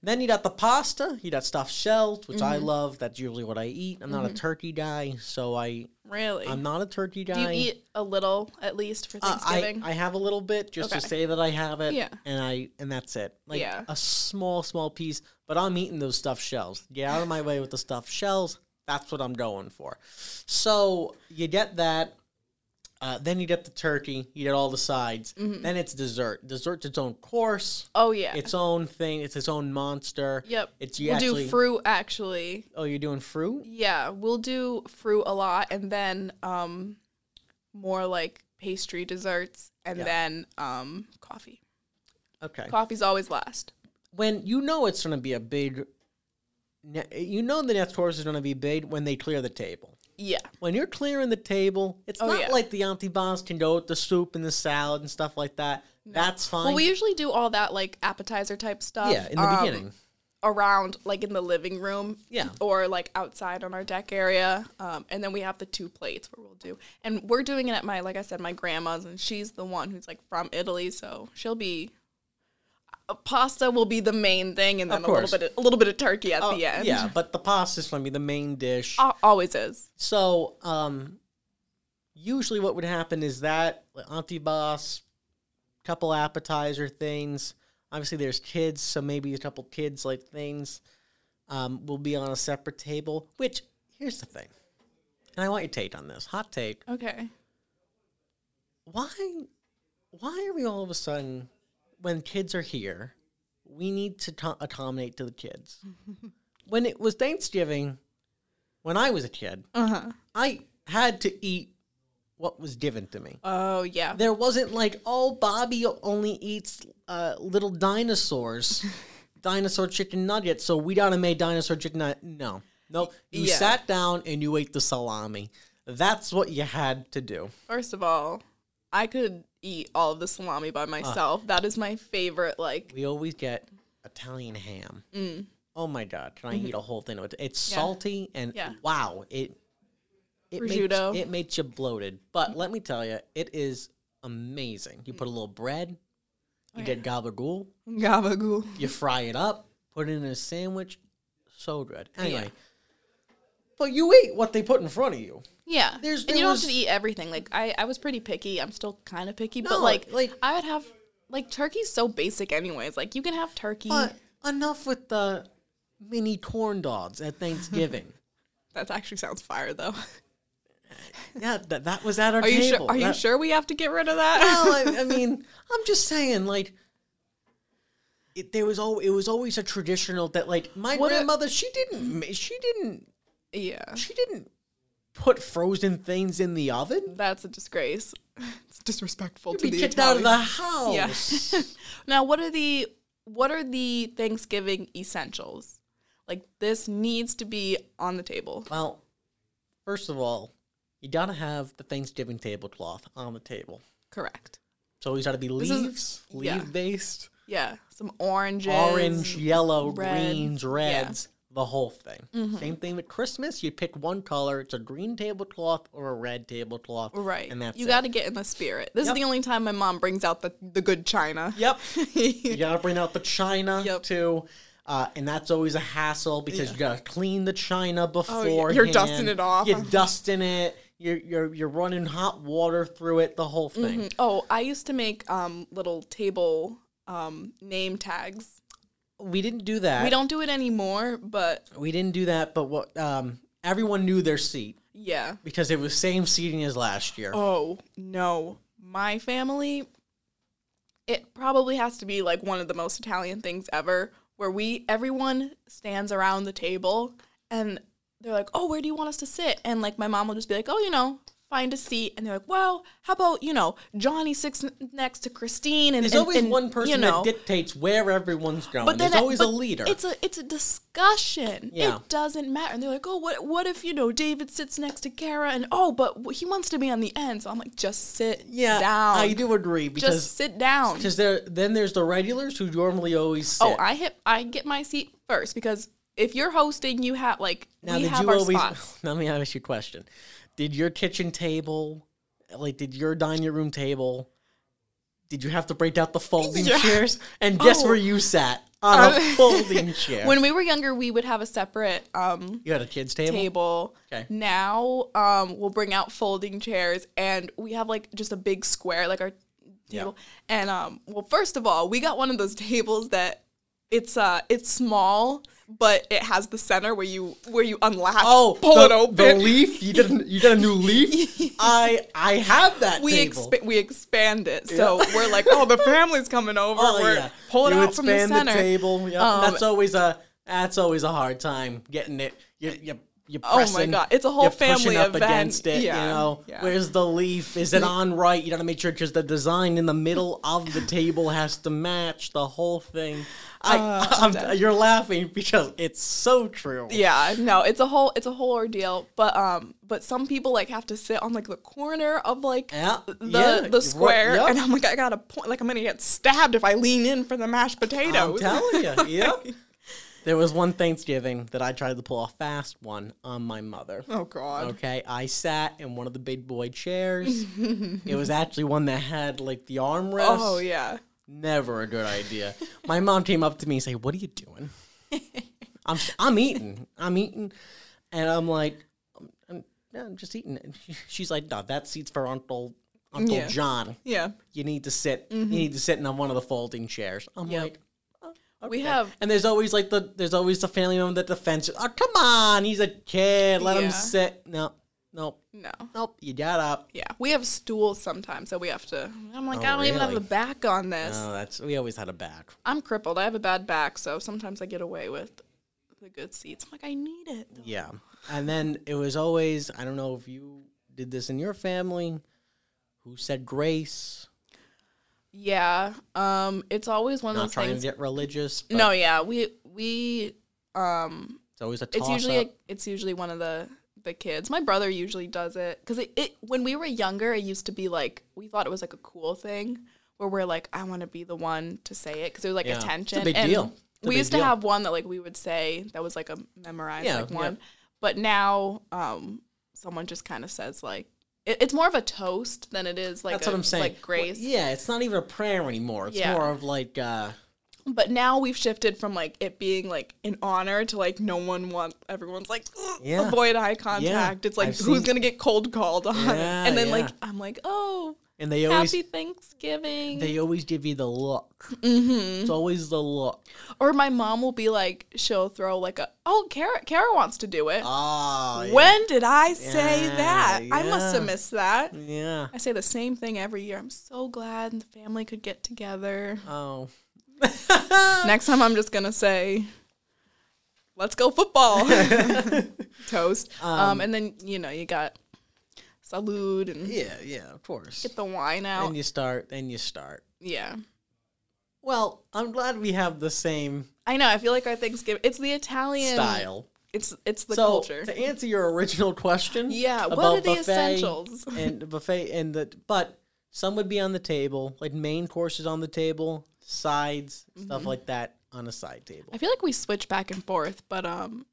[SPEAKER 3] Then you got the pasta. You got stuffed shells, which
[SPEAKER 2] Mm-hmm.
[SPEAKER 3] I love. That's usually what I eat. I'm not a turkey guy, so I
[SPEAKER 2] really
[SPEAKER 3] I'm not a turkey guy.
[SPEAKER 2] do you eat a little at least for
[SPEAKER 3] Uh, I,
[SPEAKER 2] thanksgiving
[SPEAKER 3] I have a little bit just
[SPEAKER 2] Okay.
[SPEAKER 3] to say that I have it.
[SPEAKER 2] Yeah.
[SPEAKER 3] And I and that's it. Like
[SPEAKER 2] Yeah.
[SPEAKER 3] a small, small piece, but I'm eating those stuffed shells. Get out of my way with the stuffed shells. That's what I'm going for. So you get that. Uh, then you get the turkey. You get all the sides. Then it's dessert. Dessert's its own course,
[SPEAKER 2] oh Mm-hmm. yeah
[SPEAKER 3] its own thing. It's its own monster.
[SPEAKER 2] Yep.
[SPEAKER 3] It's you
[SPEAKER 2] we'll
[SPEAKER 3] actually.
[SPEAKER 2] do fruit actually.
[SPEAKER 3] oh, you're doing fruit.
[SPEAKER 2] Yeah, we'll do fruit a lot and then um more like pastry desserts and
[SPEAKER 3] Yeah.
[SPEAKER 2] then um coffee.
[SPEAKER 3] Okay.
[SPEAKER 2] Coffee's always last.
[SPEAKER 3] when you know it's going to be a big ne- you know the next course is going to be big when they clear the table.
[SPEAKER 2] Yeah.
[SPEAKER 3] When you're clearing the table, it's
[SPEAKER 2] Oh,
[SPEAKER 3] not
[SPEAKER 2] yeah.
[SPEAKER 3] like the auntie bons can go with the soup and the salad and stuff like that. That's fine.
[SPEAKER 2] Well, we usually do all that like appetizer type stuff.
[SPEAKER 3] yeah, in the
[SPEAKER 2] um,
[SPEAKER 3] beginning.
[SPEAKER 2] Around like in the living room.
[SPEAKER 3] Yeah.
[SPEAKER 2] Or like outside on our deck area. Um, and then we have the two plates where we'll do. And we're doing it at my, like I said, my grandma's, and she's the one who's like from Italy. So she'll be. uh, Pasta will be the main thing, and then
[SPEAKER 3] Of
[SPEAKER 2] a little
[SPEAKER 3] course.
[SPEAKER 2] bit, of, a little bit of turkey at
[SPEAKER 3] Oh,
[SPEAKER 2] the end.
[SPEAKER 3] Yeah, but the pasta's going to be the main dish.
[SPEAKER 2] Al- always is.
[SPEAKER 3] So, um, usually what would happen is that antibass, couple appetizer things. Obviously, there's kids, so maybe a couple kids like things um, will be on a separate table. Which here's the thing, and I want your take on this. Hot take:
[SPEAKER 2] Okay.
[SPEAKER 3] Why, why are we all of a sudden, when kids are here, we need to to- accommodate to the kids? when it was Thanksgiving, when I was a kid,
[SPEAKER 2] Uh huh.
[SPEAKER 3] I had to eat what was given to me.
[SPEAKER 2] Oh yeah.
[SPEAKER 3] There wasn't like, oh, Bobby only eats uh, little dinosaurs, dinosaur chicken nuggets, so we gotta make dinosaur chicken nugget. No, no, you
[SPEAKER 2] Yeah.
[SPEAKER 3] sat down and you ate the salami. That's what you had to do.
[SPEAKER 2] First of all, I could eat all of the salami by
[SPEAKER 3] Ah.
[SPEAKER 2] myself. that is my favorite. Like,
[SPEAKER 3] We always get Italian ham. Oh my god, can I eat a whole thing of it? It's
[SPEAKER 2] Mm. Mm-hmm. Yeah.
[SPEAKER 3] salty and
[SPEAKER 2] Yeah.
[SPEAKER 3] wow, it it makes,
[SPEAKER 2] Prosciutto.
[SPEAKER 3] it makes you bloated. But let me tell you, it is amazing. You put a little bread, you
[SPEAKER 2] Oh,
[SPEAKER 3] get gabagool,
[SPEAKER 2] gabagool.
[SPEAKER 3] you fry it up, put it in a sandwich. So good.
[SPEAKER 2] Oh,
[SPEAKER 3] Anyway, but you eat what they put in front of
[SPEAKER 2] Mm.
[SPEAKER 3] you.
[SPEAKER 2] Yeah.
[SPEAKER 3] There's-
[SPEAKER 2] and
[SPEAKER 3] there
[SPEAKER 2] you don't
[SPEAKER 3] was-
[SPEAKER 2] have to eat everything. Like, I, I was pretty picky. I'm still kind of picky,
[SPEAKER 3] No,
[SPEAKER 2] but like,
[SPEAKER 3] like-
[SPEAKER 2] I would have, like, turkey's so basic, anyways. Like, you can have turkey.
[SPEAKER 3] But enough with the mini corn dogs at Thanksgiving.
[SPEAKER 2] that actually sounds fire, though.
[SPEAKER 3] yeah, that, that was at our
[SPEAKER 2] Are you sure?
[SPEAKER 3] table.
[SPEAKER 2] Are you
[SPEAKER 3] That-
[SPEAKER 2] sure we have to get rid of that?
[SPEAKER 3] well, I, I mean, I'm just saying, like, it, there was al- it was always a traditional that, like, my
[SPEAKER 2] What a-
[SPEAKER 3] grandmother, she didn't, ma- she didn't,
[SPEAKER 2] yeah.
[SPEAKER 3] she didn't put frozen things in the oven.
[SPEAKER 2] That's a disgrace. It's disrespectful to
[SPEAKER 3] Be
[SPEAKER 2] the
[SPEAKER 3] kicked out of
[SPEAKER 2] Italians.
[SPEAKER 3] the house.
[SPEAKER 2] Yeah. now, what are the what are the Thanksgiving essentials? Like this needs to be on the table.
[SPEAKER 3] Well, first of all, you gotta have the Thanksgiving tablecloth on the table.
[SPEAKER 2] Correct.
[SPEAKER 3] So it's gotta be
[SPEAKER 2] This is-
[SPEAKER 3] leaves, leaf
[SPEAKER 2] yeah.
[SPEAKER 3] based,
[SPEAKER 2] Yeah, some oranges.
[SPEAKER 3] orange, yellow,
[SPEAKER 2] red,
[SPEAKER 3] greens,
[SPEAKER 2] yeah. Mm-hmm.
[SPEAKER 3] reds, the whole thing. Same thing with Christmas. You pick one color. It's a green tablecloth or a red tablecloth.
[SPEAKER 2] Right.
[SPEAKER 3] And that's
[SPEAKER 2] you
[SPEAKER 3] it.
[SPEAKER 2] got to get in the spirit. This
[SPEAKER 3] Yep.
[SPEAKER 2] is the only time my mom brings out the the good china.
[SPEAKER 3] Yep. you gotta bring out the china
[SPEAKER 2] Yep.
[SPEAKER 3] too. Uh, and that's always a hassle because you gotta clean the china
[SPEAKER 2] Oh,
[SPEAKER 3] before.
[SPEAKER 2] you're dusting it off.
[SPEAKER 3] You're dusting it. You're you're you're running hot water through it. The whole thing.
[SPEAKER 2] oh, I used to make um little table um name tags.
[SPEAKER 3] We didn't do that.
[SPEAKER 2] Mm-hmm. We don't do it anymore, but
[SPEAKER 3] We didn't do that. But what? Um, everyone knew their seat
[SPEAKER 2] yeah.
[SPEAKER 3] because it was same seating as last year.
[SPEAKER 2] Oh no, my family. It probably has to be like one of the most Italian things ever, where we everyone stands around the table and they're like, "Oh, where do you want us to sit?" And like my mom will just be like, "Oh, you know." Find a seat, and they're like, "Well, how about you know Johnny sits n- next to Christine?" And
[SPEAKER 3] There's
[SPEAKER 2] and-
[SPEAKER 3] always
[SPEAKER 2] and,
[SPEAKER 3] one person
[SPEAKER 2] you know,
[SPEAKER 3] that dictates where everyone's going.
[SPEAKER 2] but then
[SPEAKER 3] There's
[SPEAKER 2] I-
[SPEAKER 3] always a
[SPEAKER 2] but
[SPEAKER 3] leader.
[SPEAKER 2] It's a it's a discussion.
[SPEAKER 3] Yeah.
[SPEAKER 2] It doesn't matter. And they're like, oh, what what if you know David sits next to Kara and oh, but w- he wants to be on the end. So I'm like, just sit
[SPEAKER 3] yeah,
[SPEAKER 2] down.
[SPEAKER 3] I do agree
[SPEAKER 2] just
[SPEAKER 3] because
[SPEAKER 2] sit down.
[SPEAKER 3] because there then there's the regulars who normally always sit.
[SPEAKER 2] oh, I hit I get my seat first because if you're hosting, you have like
[SPEAKER 3] now
[SPEAKER 2] we
[SPEAKER 3] did
[SPEAKER 2] have
[SPEAKER 3] you
[SPEAKER 2] our
[SPEAKER 3] always?
[SPEAKER 2] spots.
[SPEAKER 3] Let me ask you a question: Did your kitchen table, like, did your dining room table? Did you have to break out the folding
[SPEAKER 2] Yeah.
[SPEAKER 3] chairs? And guess
[SPEAKER 2] Oh.
[SPEAKER 3] where you sat on a
[SPEAKER 2] Um,
[SPEAKER 3] folding chair?
[SPEAKER 2] When we were younger, we would have a separate um
[SPEAKER 3] you had a kids' table.
[SPEAKER 2] table.
[SPEAKER 3] Okay.
[SPEAKER 2] Now, um, we'll bring out folding chairs, and we have like just a big square, like our table. And um, well, first of all, we got one of those tables that it's uh, it's small, but it has the center where you where you unlap.
[SPEAKER 3] Oh,
[SPEAKER 2] pull
[SPEAKER 3] the,
[SPEAKER 2] it open.
[SPEAKER 3] The leaf. You get a, you get a new leaf. I I have that
[SPEAKER 2] we
[SPEAKER 3] table.
[SPEAKER 2] expa- we expand it, so we're like, oh, the family's coming over. we're pulling
[SPEAKER 3] Oh, you
[SPEAKER 2] out from the
[SPEAKER 3] expand
[SPEAKER 2] center.
[SPEAKER 3] table. Yep.
[SPEAKER 2] Um,
[SPEAKER 3] that's always a that's always a hard time getting it. You you, you
[SPEAKER 2] Oh my
[SPEAKER 3] pressing,
[SPEAKER 2] God, it's a whole
[SPEAKER 3] you're pushing
[SPEAKER 2] family
[SPEAKER 3] up
[SPEAKER 2] event.
[SPEAKER 3] against it.
[SPEAKER 2] Yeah,
[SPEAKER 3] You know,
[SPEAKER 2] yeah.
[SPEAKER 3] where's the leaf? Is it on right? You gotta make sure because the design in the middle of the table has to match the whole thing. I,
[SPEAKER 2] Uh,
[SPEAKER 3] I'm-
[SPEAKER 2] that-
[SPEAKER 3] you're laughing because it's so true.
[SPEAKER 2] Yeah, no, it's a whole it's a whole ordeal. But um, but some people like have to sit on like the corner of like
[SPEAKER 3] Yeah,
[SPEAKER 2] the
[SPEAKER 3] yeah, you're right,
[SPEAKER 2] the square,
[SPEAKER 3] yep.
[SPEAKER 2] and I'm like, I got a point. Like I'm gonna get stabbed if I lean in for the mashed
[SPEAKER 3] I'm
[SPEAKER 2] potatoes.
[SPEAKER 3] telling you. Yep. There was one Thanksgiving that I tried to pull a fast one on my mother.
[SPEAKER 2] oh God.
[SPEAKER 3] Okay, I sat in one of the big boy chairs. it was actually one that had like the armrest.
[SPEAKER 2] Oh yeah.
[SPEAKER 3] Never a good idea. My mom came up to me and say, "What are you doing?" I'm I'm eating. I'm eating, and I'm like, I'm, I'm just eating. And she's like, "No, that seat's for Uncle Uncle
[SPEAKER 2] Yeah.
[SPEAKER 3] John.
[SPEAKER 2] Yeah.
[SPEAKER 3] You need to sit. You need to sit in one of the folding chairs." I'm
[SPEAKER 2] Mm-hmm. Yep.
[SPEAKER 3] like. "Oh,
[SPEAKER 2] We
[SPEAKER 3] Okay.
[SPEAKER 2] have
[SPEAKER 3] And there's always like the there's always the family member that defends it. Oh come on, he's a kid. Let
[SPEAKER 2] Yeah.
[SPEAKER 3] him sit. No, no,
[SPEAKER 2] no.
[SPEAKER 3] nope. You got up.
[SPEAKER 2] Yeah, we have stools sometimes that we have to. I'm like,
[SPEAKER 3] Oh,
[SPEAKER 2] I don't even have
[SPEAKER 3] really?
[SPEAKER 2] a back on this.
[SPEAKER 3] No, that's we always had a back.
[SPEAKER 2] I'm crippled. I have a bad back, so sometimes I get away with the good seats. I'm like, I need it.
[SPEAKER 3] Yeah. And then it was always I don't know if you did this in your family. Who said grace?
[SPEAKER 2] Yeah. Um, it's always one of
[SPEAKER 3] Not
[SPEAKER 2] those
[SPEAKER 3] trying
[SPEAKER 2] things.
[SPEAKER 3] to get religious. But
[SPEAKER 2] no, yeah, we we um,
[SPEAKER 3] it's always a toss
[SPEAKER 2] it's usually
[SPEAKER 3] up.
[SPEAKER 2] like it's usually one of the the kids. My brother usually does it because it, it when we were younger, it used to be like we thought it was like a cool thing where we're like, I want to be the one to say it because it was like
[SPEAKER 3] Yeah. It's a
[SPEAKER 2] attention.
[SPEAKER 3] big
[SPEAKER 2] and
[SPEAKER 3] deal. It's a
[SPEAKER 2] we
[SPEAKER 3] big
[SPEAKER 2] used
[SPEAKER 3] deal.
[SPEAKER 2] to have one that like we would say that was like a memorized
[SPEAKER 3] Yeah,
[SPEAKER 2] like
[SPEAKER 3] yeah.
[SPEAKER 2] one, but now um someone just kind of says like it, it's more of a toast than it is like
[SPEAKER 3] That's
[SPEAKER 2] a,
[SPEAKER 3] what I'm saying.
[SPEAKER 2] like grace.
[SPEAKER 3] Well, yeah, it's not even a prayer anymore. It's
[SPEAKER 2] Yeah.
[SPEAKER 3] more of like uh
[SPEAKER 2] But now we've shifted from like it being like an honor to like no one wants everyone's like "Ugh,
[SPEAKER 3] Yeah.
[SPEAKER 2] avoid eye contact. It's like
[SPEAKER 3] I've
[SPEAKER 2] who's
[SPEAKER 3] seen-
[SPEAKER 2] gonna get cold called on,
[SPEAKER 3] Yeah,
[SPEAKER 2] and then like
[SPEAKER 3] yeah.
[SPEAKER 2] I'm like oh
[SPEAKER 3] and they always
[SPEAKER 2] happy Thanksgiving,
[SPEAKER 3] they always give you the look.
[SPEAKER 2] Mm-hmm.
[SPEAKER 3] It's always the look.
[SPEAKER 2] or my mom will be like she'll throw like a oh Kara Kara wants to do it.
[SPEAKER 3] Ah, yeah.
[SPEAKER 2] When did I say
[SPEAKER 3] Yeah,
[SPEAKER 2] that? I must have
[SPEAKER 3] yeah. Mm.
[SPEAKER 2] missed that.
[SPEAKER 3] Yeah.
[SPEAKER 2] I say the same thing every year. I'm so glad the family could get together.
[SPEAKER 3] Oh. Uh,
[SPEAKER 2] Next time I'm just gonna say, let's go football. Toast. Um, and then you know you got salud and
[SPEAKER 3] Yeah, yeah, of course.
[SPEAKER 2] get the wine out.
[SPEAKER 3] Then you start. Then you start.
[SPEAKER 2] yeah,
[SPEAKER 3] Well, I'm glad we have the same
[SPEAKER 2] I know. I feel like our Thanksgiving it's the Italian
[SPEAKER 3] style.
[SPEAKER 2] It's it's the
[SPEAKER 3] so,
[SPEAKER 2] culture.
[SPEAKER 3] to answer your original question,
[SPEAKER 2] Yeah, what
[SPEAKER 3] about
[SPEAKER 2] are the
[SPEAKER 3] buffet
[SPEAKER 2] essentials?
[SPEAKER 3] and the buffet and the but some would be on the table, like main courses on the table, sides,
[SPEAKER 2] Mm-hmm.
[SPEAKER 3] stuff like that on a side table.
[SPEAKER 2] I feel like we switch back and forth, but um,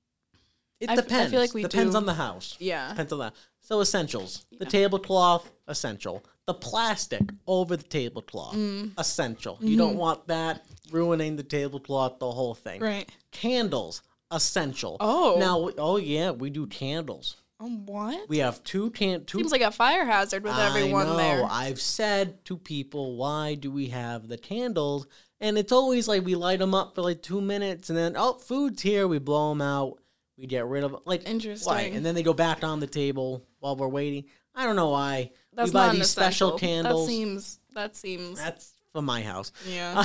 [SPEAKER 3] It
[SPEAKER 2] I f- I feel
[SPEAKER 3] depends.
[SPEAKER 2] like we
[SPEAKER 3] depends
[SPEAKER 2] do-
[SPEAKER 3] on the house.
[SPEAKER 2] yeah,
[SPEAKER 3] Depends on that. So essentials. The tablecloth, essential. The plastic over the tablecloth,
[SPEAKER 2] Mm.
[SPEAKER 3] essential. You
[SPEAKER 2] Mm-hmm.
[SPEAKER 3] don't want that ruining the tablecloth, the whole thing.
[SPEAKER 2] right.
[SPEAKER 3] Candles, essential.
[SPEAKER 2] Oh.
[SPEAKER 3] Now, oh yeah, we do candles.
[SPEAKER 2] Um, what?
[SPEAKER 3] We have two can two
[SPEAKER 2] Seems like a fire hazard with everyone
[SPEAKER 3] I know.
[SPEAKER 2] there.
[SPEAKER 3] I've said to people, why do we have the candles? And it's always like we light them up for like two minutes, and then oh, food's here. We blow them out. We get rid of like why?
[SPEAKER 2] Interesting.
[SPEAKER 3] and then they go back on the table while we're waiting. I don't know why
[SPEAKER 2] That's
[SPEAKER 3] we buy
[SPEAKER 2] not an
[SPEAKER 3] these special
[SPEAKER 2] essential.
[SPEAKER 3] candles.
[SPEAKER 2] That seems. That seems.
[SPEAKER 3] That's for my house.
[SPEAKER 2] yeah.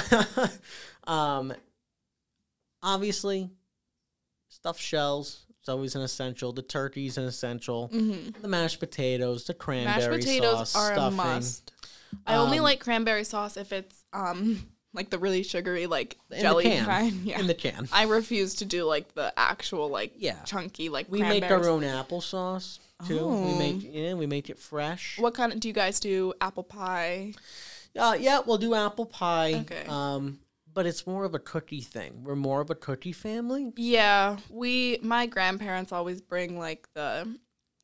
[SPEAKER 3] um, obviously, stuffed shells. It's always an essential. The turkey's an essential.
[SPEAKER 2] Mm-hmm.
[SPEAKER 3] The mashed potatoes, the cranberry
[SPEAKER 2] Mm. Mashed potatoes
[SPEAKER 3] sauce,
[SPEAKER 2] are a
[SPEAKER 3] stuffing.
[SPEAKER 2] must. I only
[SPEAKER 3] Um,
[SPEAKER 2] like cranberry sauce if it's um like the really sugary like
[SPEAKER 3] in
[SPEAKER 2] jelly
[SPEAKER 3] the can.
[SPEAKER 2] kind. Yeah.
[SPEAKER 3] In the can.
[SPEAKER 2] I refuse to do like the actual like
[SPEAKER 3] Yeah.
[SPEAKER 2] chunky like
[SPEAKER 3] We
[SPEAKER 2] cranberries.
[SPEAKER 3] make our own applesauce too. We
[SPEAKER 2] Oh.
[SPEAKER 3] make yeah, we make it fresh.
[SPEAKER 2] What kind of do you guys do? Apple pie.
[SPEAKER 3] Uh, yeah, we'll do apple pie.
[SPEAKER 2] Okay.
[SPEAKER 3] Um, but it's more of a cookie thing. We're more of a cookie family.
[SPEAKER 2] Yeah, we my grandparents always bring like the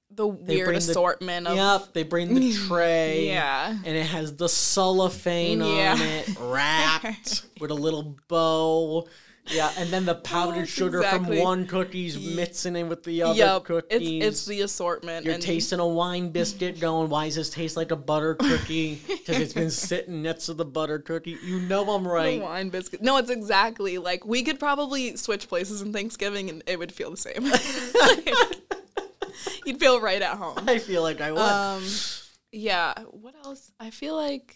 [SPEAKER 2] the weird
[SPEAKER 3] bring the-
[SPEAKER 2] assortment of
[SPEAKER 3] Yep, they bring the tray.
[SPEAKER 2] Yeah.
[SPEAKER 3] And it has the cellophane on
[SPEAKER 2] Yeah.
[SPEAKER 3] it, wrapped with a little bow. Yeah, and then the powdered
[SPEAKER 2] Yes,
[SPEAKER 3] sugar
[SPEAKER 2] exactly.
[SPEAKER 3] from one cookie's mixing in with the other
[SPEAKER 2] Yep,
[SPEAKER 3] cookies.
[SPEAKER 2] it's it's the assortment.
[SPEAKER 3] You're
[SPEAKER 2] and
[SPEAKER 3] tasting a wine biscuit, going, "Why does this taste like a butter cookie?" Because it's been sitting next to the butter cookie. You know I'm
[SPEAKER 2] the
[SPEAKER 3] right.
[SPEAKER 2] wine biscuit. No, it's exactly like we could probably switch places in Thanksgiving and it would feel the same. Like, you'd feel right at home.
[SPEAKER 3] I feel like I would.
[SPEAKER 2] Um, yeah. What else? I feel like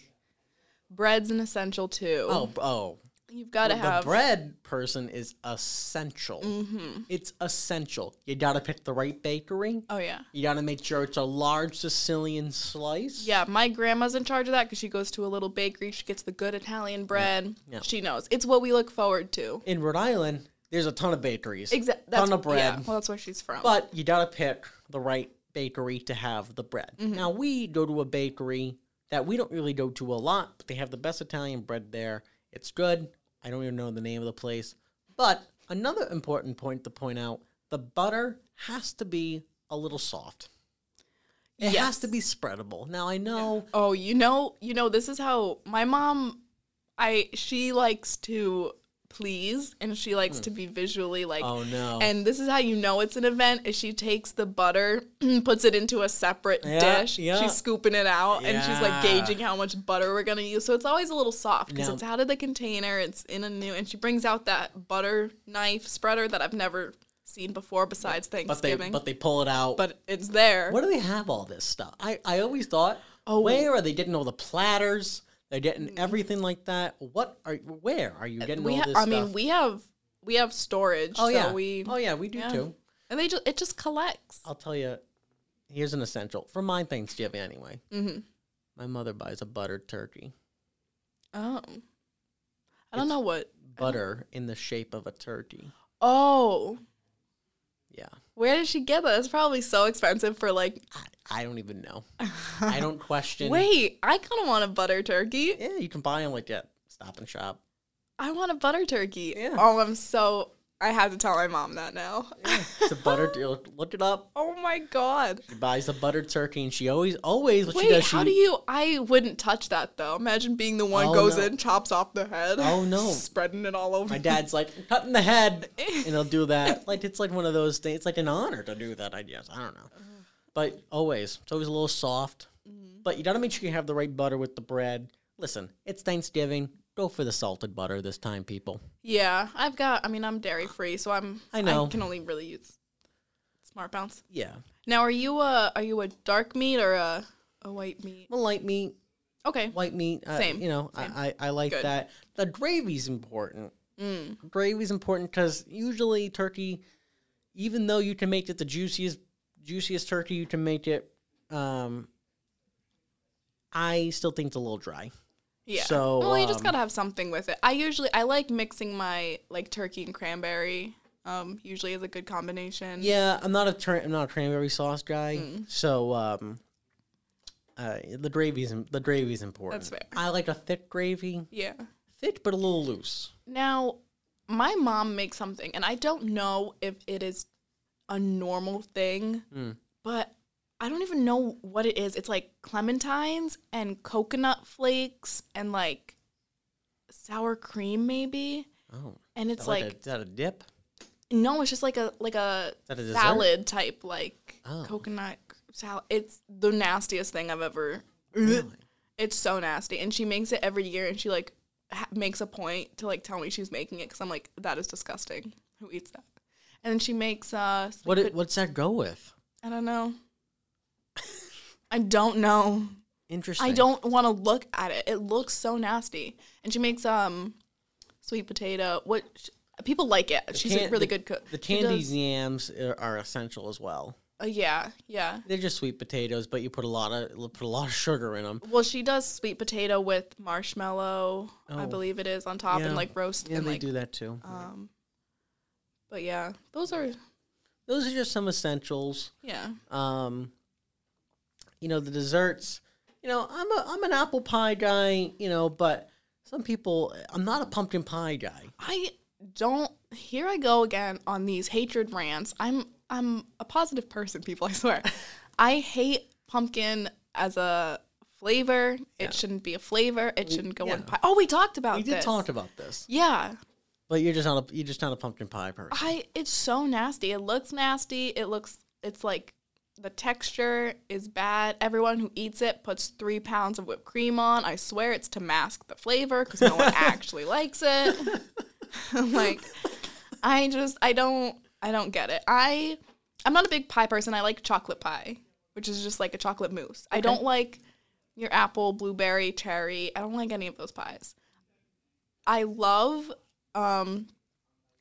[SPEAKER 2] bread's an essential too.
[SPEAKER 3] oh, oh,
[SPEAKER 2] You've got to
[SPEAKER 3] the
[SPEAKER 2] have
[SPEAKER 3] bread person is essential.
[SPEAKER 2] hmm
[SPEAKER 3] It's essential. You gotta pick the right bakery.
[SPEAKER 2] Oh yeah,
[SPEAKER 3] You gotta make sure it's a large Sicilian slice.
[SPEAKER 2] yeah. My grandma's in charge of that because she goes to a little bakery. She gets the good Italian bread.
[SPEAKER 3] Yeah.
[SPEAKER 2] She knows it's what we look forward to.
[SPEAKER 3] In Rhode Island, there's a ton of bakeries.
[SPEAKER 2] Exactly.
[SPEAKER 3] Ton of bread.
[SPEAKER 2] Yeah, well, that's where she's from.
[SPEAKER 3] But you gotta pick the right bakery to have the bread.
[SPEAKER 2] Mm-hmm.
[SPEAKER 3] Now we go to a bakery that we don't really go to a lot, but they have the best Italian bread there. It's good. I don't even know the name of the place. But another important point to point out: the butter has to be a little soft. It has
[SPEAKER 2] Yes.
[SPEAKER 3] to be spreadable. Now I know
[SPEAKER 2] Oh, you know, you know, this is how my mom I she likes to please and she likes to be visually like
[SPEAKER 3] Hmm. Oh no.
[SPEAKER 2] and this is how you know it's an event is she takes the butter, puts it into a separate
[SPEAKER 3] Yeah,
[SPEAKER 2] dish.
[SPEAKER 3] yeah.
[SPEAKER 2] She's scooping it out and she's like
[SPEAKER 3] Yeah.
[SPEAKER 2] gauging how much butter we're gonna use. So it's always a little soft because
[SPEAKER 3] Now-
[SPEAKER 2] it's out of the container, it's in a new and she brings out that butter knife spreader that I've never seen before besides
[SPEAKER 3] but they
[SPEAKER 2] Thanksgiving.
[SPEAKER 3] but they pull it out.
[SPEAKER 2] But it's there.
[SPEAKER 3] Where do they have all this stuff? I, I always thought,
[SPEAKER 2] Oh.
[SPEAKER 3] where are they getting all the platters? They're getting everything like that. What are where are you getting
[SPEAKER 2] Uh, we
[SPEAKER 3] all
[SPEAKER 2] ha-
[SPEAKER 3] this
[SPEAKER 2] I
[SPEAKER 3] stuff?
[SPEAKER 2] mean, we have we have storage.
[SPEAKER 3] oh
[SPEAKER 2] so
[SPEAKER 3] yeah,
[SPEAKER 2] We
[SPEAKER 3] oh yeah, we do
[SPEAKER 2] yeah.
[SPEAKER 3] too.
[SPEAKER 2] and they just it just collects.
[SPEAKER 3] I'll tell you, here's an essential for my Thanksgiving anyway.
[SPEAKER 2] Mm-hmm.
[SPEAKER 3] My mother buys a buttered turkey,
[SPEAKER 2] Oh, I don't know what.
[SPEAKER 3] butter in the shape of a turkey.
[SPEAKER 2] Oh,
[SPEAKER 3] Yeah,
[SPEAKER 2] where did she get that? It's probably so expensive for like.
[SPEAKER 3] I, I don't even know. I don't question.
[SPEAKER 2] Wait, I kind of want a butter turkey.
[SPEAKER 3] yeah, you can buy them like that. Stop and shop.
[SPEAKER 2] I want a butter turkey.
[SPEAKER 3] Yeah.
[SPEAKER 2] Oh, I'm so. I have to tell my mom that now.
[SPEAKER 3] It's a butter. look- Look it up.
[SPEAKER 2] oh my god.
[SPEAKER 3] She buys a buttered turkey, and she always, always, what she
[SPEAKER 2] Wait,
[SPEAKER 3] does,
[SPEAKER 2] how
[SPEAKER 3] she
[SPEAKER 2] do you? I wouldn't touch that though. Imagine being the one
[SPEAKER 3] Oh,
[SPEAKER 2] goes
[SPEAKER 3] no.
[SPEAKER 2] in, chops off the head.
[SPEAKER 3] Oh, no.
[SPEAKER 2] spreading it all over.
[SPEAKER 3] My dad's like "I'm cutting the head, and he'll do that. Like it's like one of those things. It's like an honor to do that. I guess I don't know, but always it's always a little soft. But you gotta make sure you have the right butter with the bread. Listen, it's Thanksgiving. Go for the salted butter this time, people.
[SPEAKER 2] Yeah, I've got. I mean, I'm dairy free, so I'm.
[SPEAKER 3] I know.
[SPEAKER 2] I can only really use Smart Bounce.
[SPEAKER 3] Yeah,
[SPEAKER 2] Now, are you a are you a dark meat or a a white meat?
[SPEAKER 3] well, light meat,
[SPEAKER 2] Okay.
[SPEAKER 3] white meat. Uh,
[SPEAKER 2] Same,
[SPEAKER 3] You know, I, I I like
[SPEAKER 2] Good. Mm.
[SPEAKER 3] that. The gravy's important. Gravy's important because usually turkey, even though you can make it the juiciest juiciest turkey, you can make it. Um, I still think it's a little dry.
[SPEAKER 2] Yeah.
[SPEAKER 3] So,
[SPEAKER 2] well, you just
[SPEAKER 3] um,
[SPEAKER 2] gotta have something with it. I usually I like mixing my like turkey and cranberry. Um, usually is a good combination.
[SPEAKER 3] Yeah, I'm not a tur- I'm not a cranberry sauce guy,
[SPEAKER 2] Mm.
[SPEAKER 3] so um, uh, the gravy's im- the gravy's important.
[SPEAKER 2] That's fair.
[SPEAKER 3] I like a thick gravy,
[SPEAKER 2] Yeah.
[SPEAKER 3] thick but a little loose.
[SPEAKER 2] Now, my mom makes something, and I don't know if it is a normal thing,
[SPEAKER 3] Hmm.
[SPEAKER 2] but I don't even know what it is. It's like clementines and coconut flakes and like sour cream, maybe.
[SPEAKER 3] Oh,
[SPEAKER 2] And
[SPEAKER 3] is
[SPEAKER 2] it's
[SPEAKER 3] that like,
[SPEAKER 2] like,
[SPEAKER 3] a, is that a dip?
[SPEAKER 2] no, it's just like a like a,
[SPEAKER 3] that a dessert?
[SPEAKER 2] salad type, like
[SPEAKER 3] Oh.
[SPEAKER 2] coconut salad. It's the nastiest thing I've ever. It's so nasty, and she makes it every year, and she like ha- makes a point to like tell me she's making it because I'm like that is disgusting. Who eats that? And then she makes uh, sleep
[SPEAKER 3] What it,
[SPEAKER 2] it-
[SPEAKER 3] what's that go with?
[SPEAKER 2] I don't know. I don't know.
[SPEAKER 3] Interesting.
[SPEAKER 2] I don't want to look at it. It looks so nasty. And she makes um, sweet potato. What sh people like it. She's a
[SPEAKER 3] can-
[SPEAKER 2] really
[SPEAKER 3] the-
[SPEAKER 2] good cook.
[SPEAKER 3] The
[SPEAKER 2] She
[SPEAKER 3] candied
[SPEAKER 2] does-
[SPEAKER 3] yams are, are essential as well.
[SPEAKER 2] Uh, yeah, yeah.
[SPEAKER 3] They're just sweet potatoes, but you put a lot of put a lot of sugar in them.
[SPEAKER 2] Well, she does sweet potato with marshmallow, I
[SPEAKER 3] Oh.
[SPEAKER 2] believe it is, on top
[SPEAKER 3] Yeah.
[SPEAKER 2] and like roast
[SPEAKER 3] Yeah,
[SPEAKER 2] and
[SPEAKER 3] they
[SPEAKER 2] like.
[SPEAKER 3] do that too.
[SPEAKER 2] Um, but yeah, those are
[SPEAKER 3] Those are just some essentials.
[SPEAKER 2] yeah.
[SPEAKER 3] Um, you know the desserts. You know I'm a I'm an apple pie guy. You know, but some people I'm not a pumpkin pie guy.
[SPEAKER 2] I don't. Here I go again on these hatred rants. I'm I'm a positive person, people. I swear. I hate pumpkin as a flavor. It shouldn't be a flavor. It shouldn't go in
[SPEAKER 3] yeah.
[SPEAKER 2] pie. Oh, we talked about
[SPEAKER 3] We did
[SPEAKER 2] this.
[SPEAKER 3] talk about this,
[SPEAKER 2] yeah,
[SPEAKER 3] but you're just not a you're just not a pumpkin pie person.
[SPEAKER 2] I it's so nasty. It looks nasty. It looks it's like the texture is bad. Everyone who eats it puts three pounds of whipped cream on. I swear it's to mask the flavor because no one actually likes it. I'm like, I just I don't I don't get it. I I'm not a big pie person. I like chocolate pie, which is just like a chocolate mousse. I don't like your apple, blueberry, cherry. I don't like any of those pies. I love um,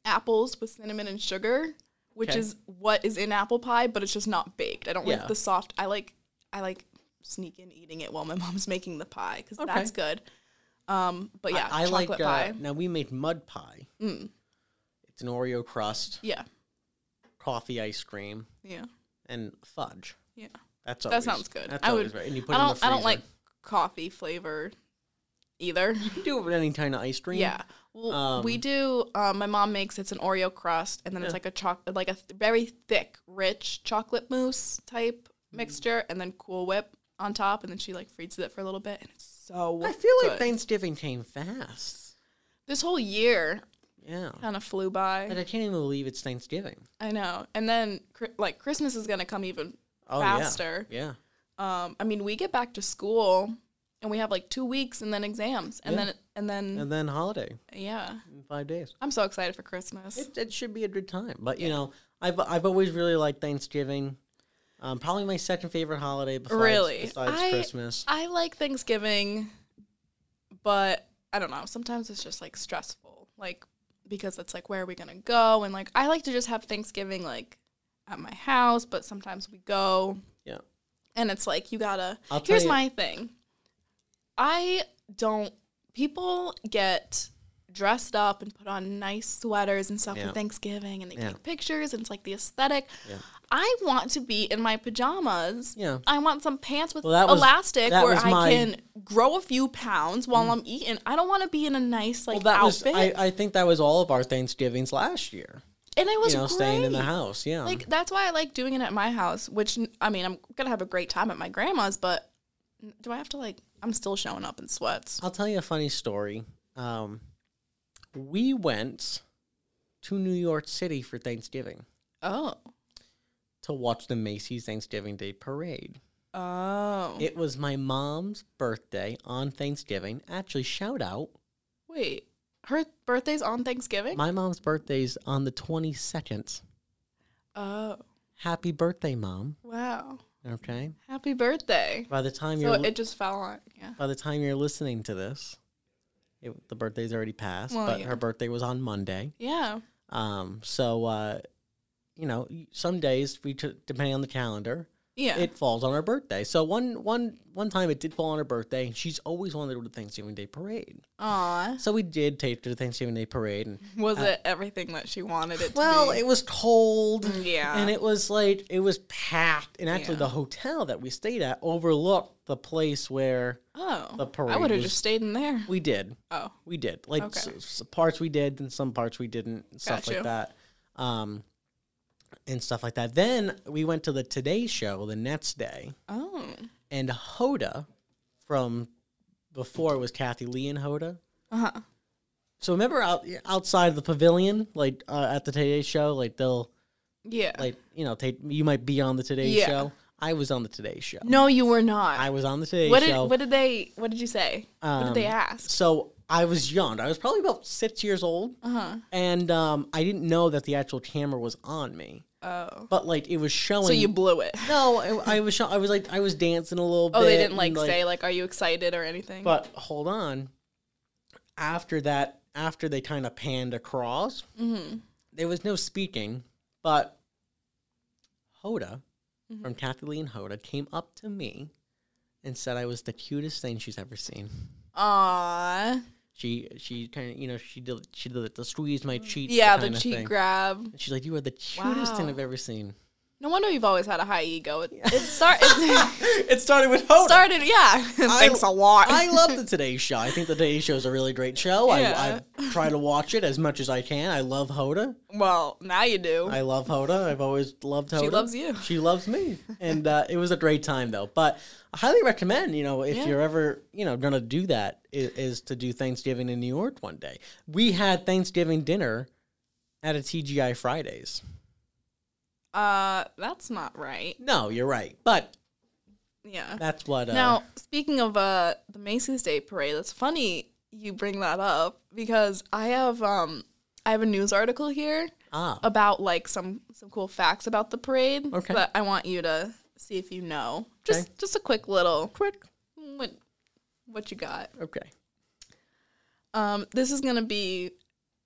[SPEAKER 2] apples with cinnamon and sugar, which
[SPEAKER 3] Okay.
[SPEAKER 2] is what is in apple pie, but it's just not baked. I don't
[SPEAKER 3] Yeah.
[SPEAKER 2] like the soft. I like I like sneak in eating it while my mom's making the pie because
[SPEAKER 3] Okay.
[SPEAKER 2] that's good. Um, but yeah,
[SPEAKER 3] I, I like
[SPEAKER 2] chocolate pie.
[SPEAKER 3] Uh, now we made mud pie.
[SPEAKER 2] Mm.
[SPEAKER 3] It's an Oreo crust,
[SPEAKER 2] yeah,
[SPEAKER 3] coffee ice cream,
[SPEAKER 2] yeah,
[SPEAKER 3] and fudge.
[SPEAKER 2] yeah.
[SPEAKER 3] That's
[SPEAKER 2] That
[SPEAKER 3] always,
[SPEAKER 2] sounds good.
[SPEAKER 3] That's
[SPEAKER 2] I
[SPEAKER 3] always
[SPEAKER 2] would-
[SPEAKER 3] right. And you
[SPEAKER 2] I
[SPEAKER 3] put it in
[SPEAKER 2] don't
[SPEAKER 3] the
[SPEAKER 2] I don't
[SPEAKER 3] freezer.
[SPEAKER 2] like coffee flavor either.
[SPEAKER 3] You do it with any kind of ice cream.
[SPEAKER 2] Yeah. Well, we
[SPEAKER 3] Um,
[SPEAKER 2] do. Um, my mom makes it's an Oreo crust, and then
[SPEAKER 3] Yeah.
[SPEAKER 2] it's like a choc, like a th- very thick, rich chocolate mousse type
[SPEAKER 3] Mm-hmm.
[SPEAKER 2] mixture, and then Cool Whip on top, and then she like freezes it for a little bit, and it's so.
[SPEAKER 3] I feel like
[SPEAKER 2] good.
[SPEAKER 3] Thanksgiving came fast.
[SPEAKER 2] this whole year
[SPEAKER 3] Yeah.
[SPEAKER 2] kind of flew
[SPEAKER 3] But
[SPEAKER 2] by.
[SPEAKER 3] I can't even believe it's Thanksgiving.
[SPEAKER 2] I know, and then cri- like Christmas is gonna come even
[SPEAKER 3] Oh yeah.
[SPEAKER 2] faster.
[SPEAKER 3] Yeah.
[SPEAKER 2] Um, I mean, we get back to school, and we have like two weeks, and then exams, and
[SPEAKER 3] Yeah.
[SPEAKER 2] then and then
[SPEAKER 3] And then holiday
[SPEAKER 2] yeah.
[SPEAKER 3] in five days.
[SPEAKER 2] I'm so excited for Christmas.
[SPEAKER 3] It, it should be a good time. But you know, I've I've always really liked Thanksgiving. Um, probably my second favorite holiday besides,
[SPEAKER 2] Really?
[SPEAKER 3] besides
[SPEAKER 2] I-
[SPEAKER 3] Christmas.
[SPEAKER 2] I like Thanksgiving, but I don't know. Sometimes it's just like stressful, like because it's like where are we gonna go? And like I like to just have Thanksgiving like at my house, but sometimes we go
[SPEAKER 3] Yeah.
[SPEAKER 2] and it's like you gotta.
[SPEAKER 3] I'll tell
[SPEAKER 2] here's
[SPEAKER 3] you-
[SPEAKER 2] my thing. I don't. People get dressed up and put on nice sweaters and stuff
[SPEAKER 3] Yeah.
[SPEAKER 2] for Thanksgiving, and they
[SPEAKER 3] Yeah.
[SPEAKER 2] take pictures, and it's like the aesthetic.
[SPEAKER 3] Yeah.
[SPEAKER 2] I want to be in my pajamas.
[SPEAKER 3] Yeah.
[SPEAKER 2] I want some pants with
[SPEAKER 3] Well, that was-
[SPEAKER 2] elastic
[SPEAKER 3] that
[SPEAKER 2] where
[SPEAKER 3] was
[SPEAKER 2] I
[SPEAKER 3] my- Mm.
[SPEAKER 2] can grow a few pounds while I'm eating. I don't want to be in a nice like
[SPEAKER 3] Well, that was
[SPEAKER 2] outfit.
[SPEAKER 3] I, I think that was all of our Thanksgivings last year.
[SPEAKER 2] and it was
[SPEAKER 3] you know, staying in the
[SPEAKER 2] great.
[SPEAKER 3] house. Yeah.
[SPEAKER 2] Like that's why I like doing it at my house. Which n- I mean, I'm gonna have a great time at my grandma's, but n- do I have to like? I'm still showing up in sweats.
[SPEAKER 3] I'll tell you a funny story. Um, we went to New York City for Thanksgiving
[SPEAKER 2] Oh,
[SPEAKER 3] to watch the Macy's Thanksgiving Day Parade.
[SPEAKER 2] oh,
[SPEAKER 3] It was my mom's birthday on Thanksgiving. Actually, shout out.
[SPEAKER 2] wait. Her birthday's on Thanksgiving.
[SPEAKER 3] My mom's birthday's on the 22nd.
[SPEAKER 2] oh,
[SPEAKER 3] Happy birthday, mom.
[SPEAKER 2] wow!
[SPEAKER 3] Okay.
[SPEAKER 2] Happy birthday.
[SPEAKER 3] By the time
[SPEAKER 2] So
[SPEAKER 3] you're li-
[SPEAKER 2] it just fell on. Yeah.
[SPEAKER 3] by the time you're listening to this, it, the birthday's already passed,
[SPEAKER 2] Well,
[SPEAKER 3] but
[SPEAKER 2] yeah.
[SPEAKER 3] her birthday was on Monday.
[SPEAKER 2] Yeah.
[SPEAKER 3] Um, so uh, you know, y- some days we t- depending on the calendar,
[SPEAKER 2] Yeah.
[SPEAKER 3] it falls on her birthday. So one one one time it did fall on her birthday, and she's always wanted to go to Thanksgiving Day parade.
[SPEAKER 2] Aw.
[SPEAKER 3] So we did take her to Thanksgiving Day parade, and
[SPEAKER 2] Was it everything that she wanted it to
[SPEAKER 3] Uh. well,
[SPEAKER 2] be?
[SPEAKER 3] it was cold,
[SPEAKER 2] Mm, Yeah.
[SPEAKER 3] and it was like it was packed, and actually
[SPEAKER 2] Yeah.
[SPEAKER 3] the hotel that we stayed at overlooked the place where
[SPEAKER 2] oh,
[SPEAKER 3] the parade
[SPEAKER 2] I would have
[SPEAKER 3] was-
[SPEAKER 2] just stayed in there.
[SPEAKER 3] we did.
[SPEAKER 2] Oh,
[SPEAKER 3] We did. Like
[SPEAKER 2] Okay.
[SPEAKER 3] s- s- parts we did and some parts we didn't and stuff like
[SPEAKER 2] Gotcha.
[SPEAKER 3] that. Um and stuff like that. Then we went to the Today show the next day
[SPEAKER 2] oh,
[SPEAKER 3] and Hoda from before it was Kathy Lee and Hoda.
[SPEAKER 2] uh huh.
[SPEAKER 3] So remember out outside the pavilion like uh, at the Today show like they'll
[SPEAKER 2] Yeah.
[SPEAKER 3] like you know take you might be on the Today
[SPEAKER 2] Yeah.
[SPEAKER 3] show. I was on the Today show.
[SPEAKER 2] no, you were not.
[SPEAKER 3] I was on the Today
[SPEAKER 2] what did
[SPEAKER 3] show.
[SPEAKER 2] what did they what did you say? what did they
[SPEAKER 3] Um,
[SPEAKER 2] ask?
[SPEAKER 3] so I was young. I was probably about 6 years old.
[SPEAKER 2] Uh
[SPEAKER 3] and um, I didn't know that the actual camera was on me,
[SPEAKER 2] huh. Oh,
[SPEAKER 3] but like it was showing.
[SPEAKER 2] so you blew it.
[SPEAKER 3] no, I, I was show- I was like I was dancing a little bit.
[SPEAKER 2] Oh, they didn't like,
[SPEAKER 3] and,
[SPEAKER 2] say like, "Are you excited" or anything.
[SPEAKER 3] But hold on. After that, after they kind of panned across,
[SPEAKER 2] mm-hmm.
[SPEAKER 3] there was no speaking, but Hoda
[SPEAKER 2] Mm-hmm.
[SPEAKER 3] from Kathy Lee and Hoda came up to me and said I was the cutest thing she's ever seen.
[SPEAKER 2] Aw,
[SPEAKER 3] She she kind of you know she did she did it to squeeze my cheek.
[SPEAKER 2] Mm. yeah, the
[SPEAKER 3] kinda
[SPEAKER 2] cheek
[SPEAKER 3] thing.
[SPEAKER 2] grab.
[SPEAKER 3] And she's like, you are the cutest thing
[SPEAKER 2] Wow.
[SPEAKER 3] I've ever seen.
[SPEAKER 2] No wonder you've always had a high ego. It, it, start, it
[SPEAKER 3] it started with Hoda.
[SPEAKER 2] started, yeah. Thanks a lot.
[SPEAKER 3] I love the Today Show. I think the Today Show is a really great show.
[SPEAKER 2] Yeah.
[SPEAKER 3] I, I try to watch it as much as I can. I love Hoda.
[SPEAKER 2] well, now you do.
[SPEAKER 3] I love Hoda. I've always loved Hoda.
[SPEAKER 2] She loves you.
[SPEAKER 3] She loves me. And uh, it was a great time, though. But I highly recommend, you know, if
[SPEAKER 2] Yeah.
[SPEAKER 3] you're ever, you know, going to do that, is, is to do Thanksgiving in New York one day. We had Thanksgiving dinner at a TGI Fridays.
[SPEAKER 2] uh, that's not right.
[SPEAKER 3] No, you're right. But
[SPEAKER 2] Yeah.
[SPEAKER 3] that's what. Uh,
[SPEAKER 2] Now, speaking of uh, the Macy's Day Parade, it's funny you bring that up because I have um, I have a news article here
[SPEAKER 3] ah,
[SPEAKER 2] about like some some cool facts about the parade
[SPEAKER 3] Okay.
[SPEAKER 2] that I want you to see if you know. Just
[SPEAKER 3] Okay.
[SPEAKER 2] just a quick little
[SPEAKER 3] quick.
[SPEAKER 2] what what you got.
[SPEAKER 3] Okay.
[SPEAKER 2] Um, this is gonna be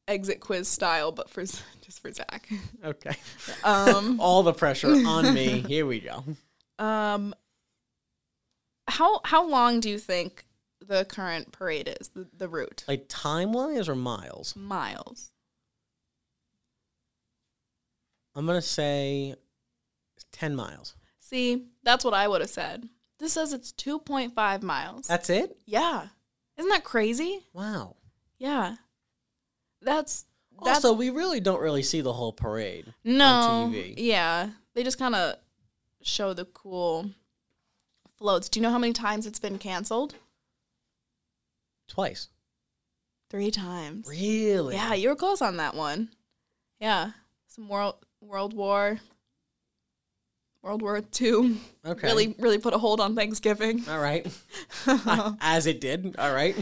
[SPEAKER 2] exit quiz style, but for Z- just for Zach.
[SPEAKER 3] Okay.
[SPEAKER 2] Um,
[SPEAKER 3] All the pressure on me. Here we go.
[SPEAKER 2] um, how how long do you think the current parade is? The, the route
[SPEAKER 3] Like time wise or miles?
[SPEAKER 2] miles.
[SPEAKER 3] I'm gonna say ten miles.
[SPEAKER 2] See, that's what I would have said. This says it's two point five miles.
[SPEAKER 3] That's it?
[SPEAKER 2] yeah, isn't that crazy?
[SPEAKER 3] Wow.
[SPEAKER 2] Yeah, that's that's
[SPEAKER 3] also, we really don't really see the whole parade.
[SPEAKER 2] no
[SPEAKER 3] TV.
[SPEAKER 2] Yeah, they just kind of show the cool floats. Do you know how many times it's been canceled?
[SPEAKER 3] Twice.
[SPEAKER 2] Three times.
[SPEAKER 3] Really?
[SPEAKER 2] Yeah, you were close on that one. Yeah, some world World War, World War Two
[SPEAKER 3] Okay.
[SPEAKER 2] really really put a hold on Thanksgiving.
[SPEAKER 3] All right. As it did. All right.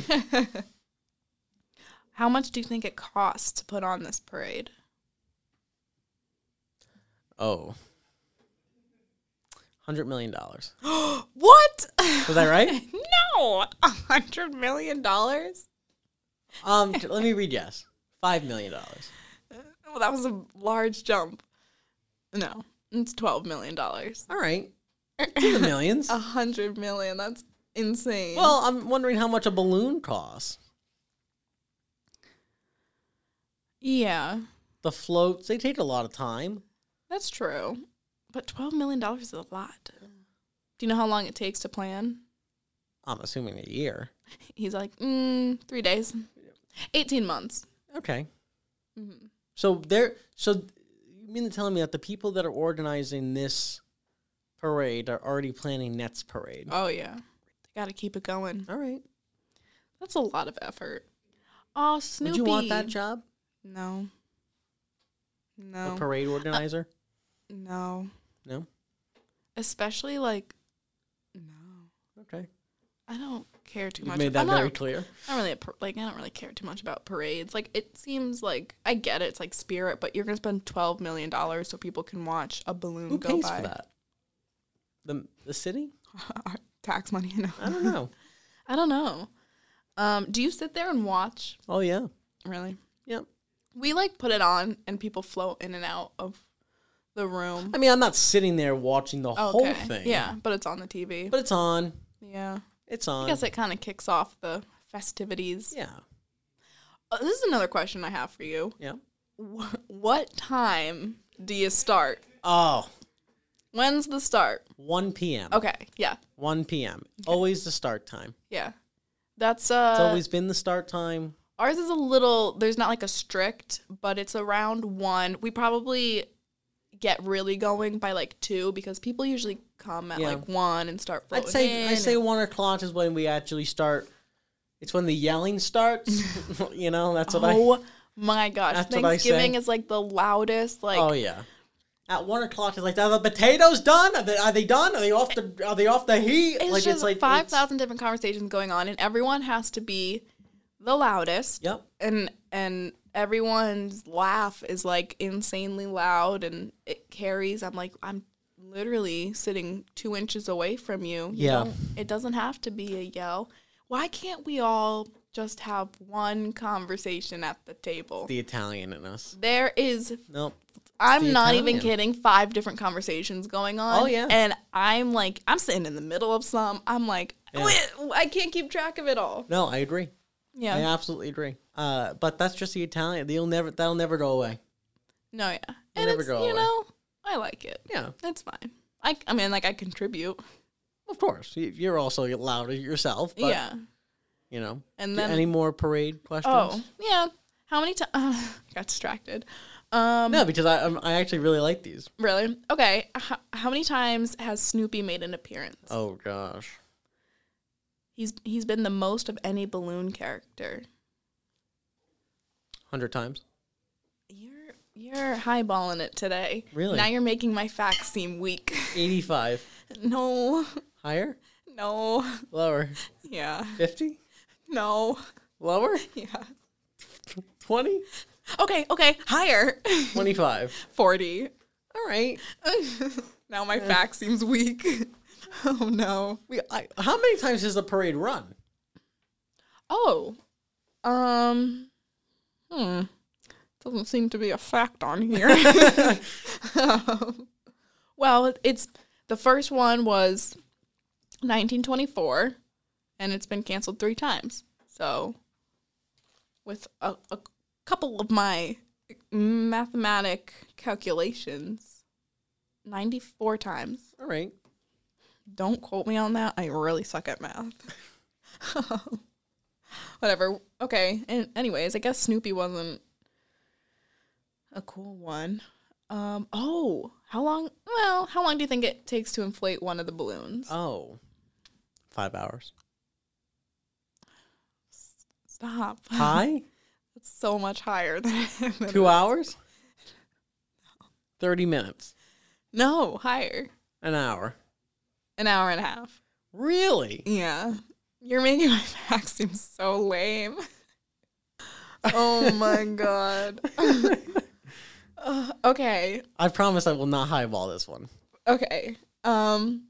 [SPEAKER 2] How much do you think it costs to put on this parade?
[SPEAKER 3] Oh. Hundred million dollars.
[SPEAKER 2] What?
[SPEAKER 3] Was that right?
[SPEAKER 2] no, a hundred million dollars.
[SPEAKER 3] Um, t- let me read yes. Five million dollars.
[SPEAKER 2] Well, Oh, that was a large jump. No, it's twelve million dollars.
[SPEAKER 3] All right. To the millions.
[SPEAKER 2] A hundred million. That's insane.
[SPEAKER 3] Well, I'm wondering how much a balloon costs.
[SPEAKER 2] yeah,
[SPEAKER 3] The floats, they take a lot of time.
[SPEAKER 2] that's true. But twelve million dollars is a lot. Do you know how long it takes to plan?
[SPEAKER 3] I'm assuming a year.
[SPEAKER 2] He's like, mm, three days, eighteen months. Mm-hmm.
[SPEAKER 3] Okay. So there. So th- you mean to tell me that the people that are organizing this parade are already planning Nets parade?
[SPEAKER 2] Oh yeah, they got to keep it going.
[SPEAKER 3] All right.
[SPEAKER 2] That's a lot of effort. Oh, Snoopy.
[SPEAKER 3] Would you want that job?
[SPEAKER 2] No.
[SPEAKER 3] A
[SPEAKER 2] No.
[SPEAKER 3] parade organizer?
[SPEAKER 2] no.
[SPEAKER 3] no.
[SPEAKER 2] Especially like, no.
[SPEAKER 3] Okay.
[SPEAKER 2] I don't care too
[SPEAKER 3] You
[SPEAKER 2] much.
[SPEAKER 3] made that
[SPEAKER 2] I'm
[SPEAKER 3] very
[SPEAKER 2] not,
[SPEAKER 3] clear.
[SPEAKER 2] not really a, par- like. I don't really care too much about parades. Like it seems like I get it. It's like spirit, but you're gonna spend twelve million dollars so people can watch a balloon
[SPEAKER 3] Who
[SPEAKER 2] go
[SPEAKER 3] pays
[SPEAKER 2] by.
[SPEAKER 3] for that? The the city?
[SPEAKER 2] Our tax money. You know.
[SPEAKER 3] I don't know.
[SPEAKER 2] I don't know. Um, do you sit there and watch?
[SPEAKER 3] oh yeah.
[SPEAKER 2] Really?
[SPEAKER 3] Yep.
[SPEAKER 2] We like put it on and people float in and out of the room. Oh,
[SPEAKER 3] I mean, I'm not sitting there watching the whole thing.
[SPEAKER 2] Yeah, but it's on the TV.
[SPEAKER 3] But it's on.
[SPEAKER 2] yeah.
[SPEAKER 3] It's
[SPEAKER 2] I
[SPEAKER 3] on.
[SPEAKER 2] guess it kind of kicks off the festivities.
[SPEAKER 3] yeah.
[SPEAKER 2] Uh, this is another question I have for you.
[SPEAKER 3] Yeah.
[SPEAKER 2] Wh- What time do you start?
[SPEAKER 3] Oh,
[SPEAKER 2] When's the start?
[SPEAKER 3] 1 p.m.
[SPEAKER 2] Okay, yeah,
[SPEAKER 3] 1 p.m. Always the start time.
[SPEAKER 2] yeah. That's uh
[SPEAKER 3] It's always been the start time.
[SPEAKER 2] ours is a little there's not like a strict, but it's around 1. We probably get really going by like 2 because people usually come at
[SPEAKER 3] Yeah.
[SPEAKER 2] like 1 and start floating.
[SPEAKER 3] I'd say I
[SPEAKER 2] in
[SPEAKER 3] say
[SPEAKER 2] and-
[SPEAKER 3] one o'clock is when we actually start. It's when the yelling starts. you know, that's what I.
[SPEAKER 2] Oh my gosh,
[SPEAKER 3] That's what I say.
[SPEAKER 2] Thanksgiving is like the loudest like
[SPEAKER 3] oh yeah. At one o'clock, it's like are the potatoes done? Are they, are they done? Are they off the? Are they off the heat?
[SPEAKER 2] It's
[SPEAKER 3] like
[SPEAKER 2] just
[SPEAKER 3] it's like
[SPEAKER 2] five
[SPEAKER 3] it's-
[SPEAKER 2] thousand different conversations going on, and everyone has to be the loudest.
[SPEAKER 3] Yep.
[SPEAKER 2] And and everyone's laugh is like insanely loud, and it carries. I'm like I'm literally sitting two inches away from you. You
[SPEAKER 3] Yeah.
[SPEAKER 2] don't- It doesn't have to be a yell. Why can't we all just have one conversation at the table?
[SPEAKER 3] The Italian in us.
[SPEAKER 2] there is
[SPEAKER 3] Nope.
[SPEAKER 2] I'm
[SPEAKER 3] the
[SPEAKER 2] not even
[SPEAKER 3] Italian.
[SPEAKER 2] kidding. Five different conversations going on.
[SPEAKER 3] Oh, yeah.
[SPEAKER 2] and I'm like, I'm sitting in the middle of some. I'm like,
[SPEAKER 3] Yeah.
[SPEAKER 2] "Wait, I can't keep track of it all.
[SPEAKER 3] No, I agree.
[SPEAKER 2] Yeah,
[SPEAKER 3] I absolutely agree. Uh, but that's just the Italian. They'll never. That'll never go away.
[SPEAKER 2] no, yeah,
[SPEAKER 3] They
[SPEAKER 2] and
[SPEAKER 3] never
[SPEAKER 2] it's,
[SPEAKER 3] go
[SPEAKER 2] you
[SPEAKER 3] away.
[SPEAKER 2] know, I like it.
[SPEAKER 3] Yeah,
[SPEAKER 2] It's fine. I, I mean, like I contribute.
[SPEAKER 3] of course. You- You're also loud yourself. But,
[SPEAKER 2] yeah,
[SPEAKER 3] You know.
[SPEAKER 2] and then
[SPEAKER 3] Any more parade questions?
[SPEAKER 2] oh yeah, how many times? got distracted. Um,
[SPEAKER 3] No, because I I'm- I actually really like these.
[SPEAKER 2] really? Okay, how, how many times has Snoopy made an appearance?
[SPEAKER 3] Oh gosh.
[SPEAKER 2] He's he's been the most of any balloon character.
[SPEAKER 3] Hundred times.
[SPEAKER 2] You're you're highballing it today.
[SPEAKER 3] Really?
[SPEAKER 2] Now you're making my facts seem weak.
[SPEAKER 3] 85.
[SPEAKER 2] no.
[SPEAKER 3] Higher?
[SPEAKER 2] No.
[SPEAKER 3] Lower?
[SPEAKER 2] Yeah.
[SPEAKER 3] 50?
[SPEAKER 2] No.
[SPEAKER 3] Lower?
[SPEAKER 2] Yeah.
[SPEAKER 3] 20?
[SPEAKER 2] Okay, okay. Higher.
[SPEAKER 3] 25.
[SPEAKER 2] 40.
[SPEAKER 3] All right.
[SPEAKER 2] now my fact seems weak. oh no.
[SPEAKER 3] We, I, how many times does the parade run?
[SPEAKER 2] Oh. Um, hmm. Doesn't seem to be a fact on here. um, well, it's the first one was 1924, and it's been canceled three times. So, with a, a couple of my mathematic calculations, 94 times.
[SPEAKER 3] All right.
[SPEAKER 2] Don't quote me on that. I really suck at math. Whatever. Okay. And anyways, I guess Snoopy wasn't a cool one. Um oh, how long well, how long do you think it takes to inflate one of the balloons?
[SPEAKER 3] Oh, five hours.
[SPEAKER 2] Stop.
[SPEAKER 3] Hi.
[SPEAKER 2] It's so much higher than, than
[SPEAKER 3] Two hours. Thirty minutes.
[SPEAKER 2] No, higher.
[SPEAKER 3] An hour.
[SPEAKER 2] An hour and a half.
[SPEAKER 3] Really?
[SPEAKER 2] Yeah. You're making my facts seem so lame. oh my god. Ugh, okay.
[SPEAKER 3] I promise I will not highball this one.
[SPEAKER 2] Okay. Um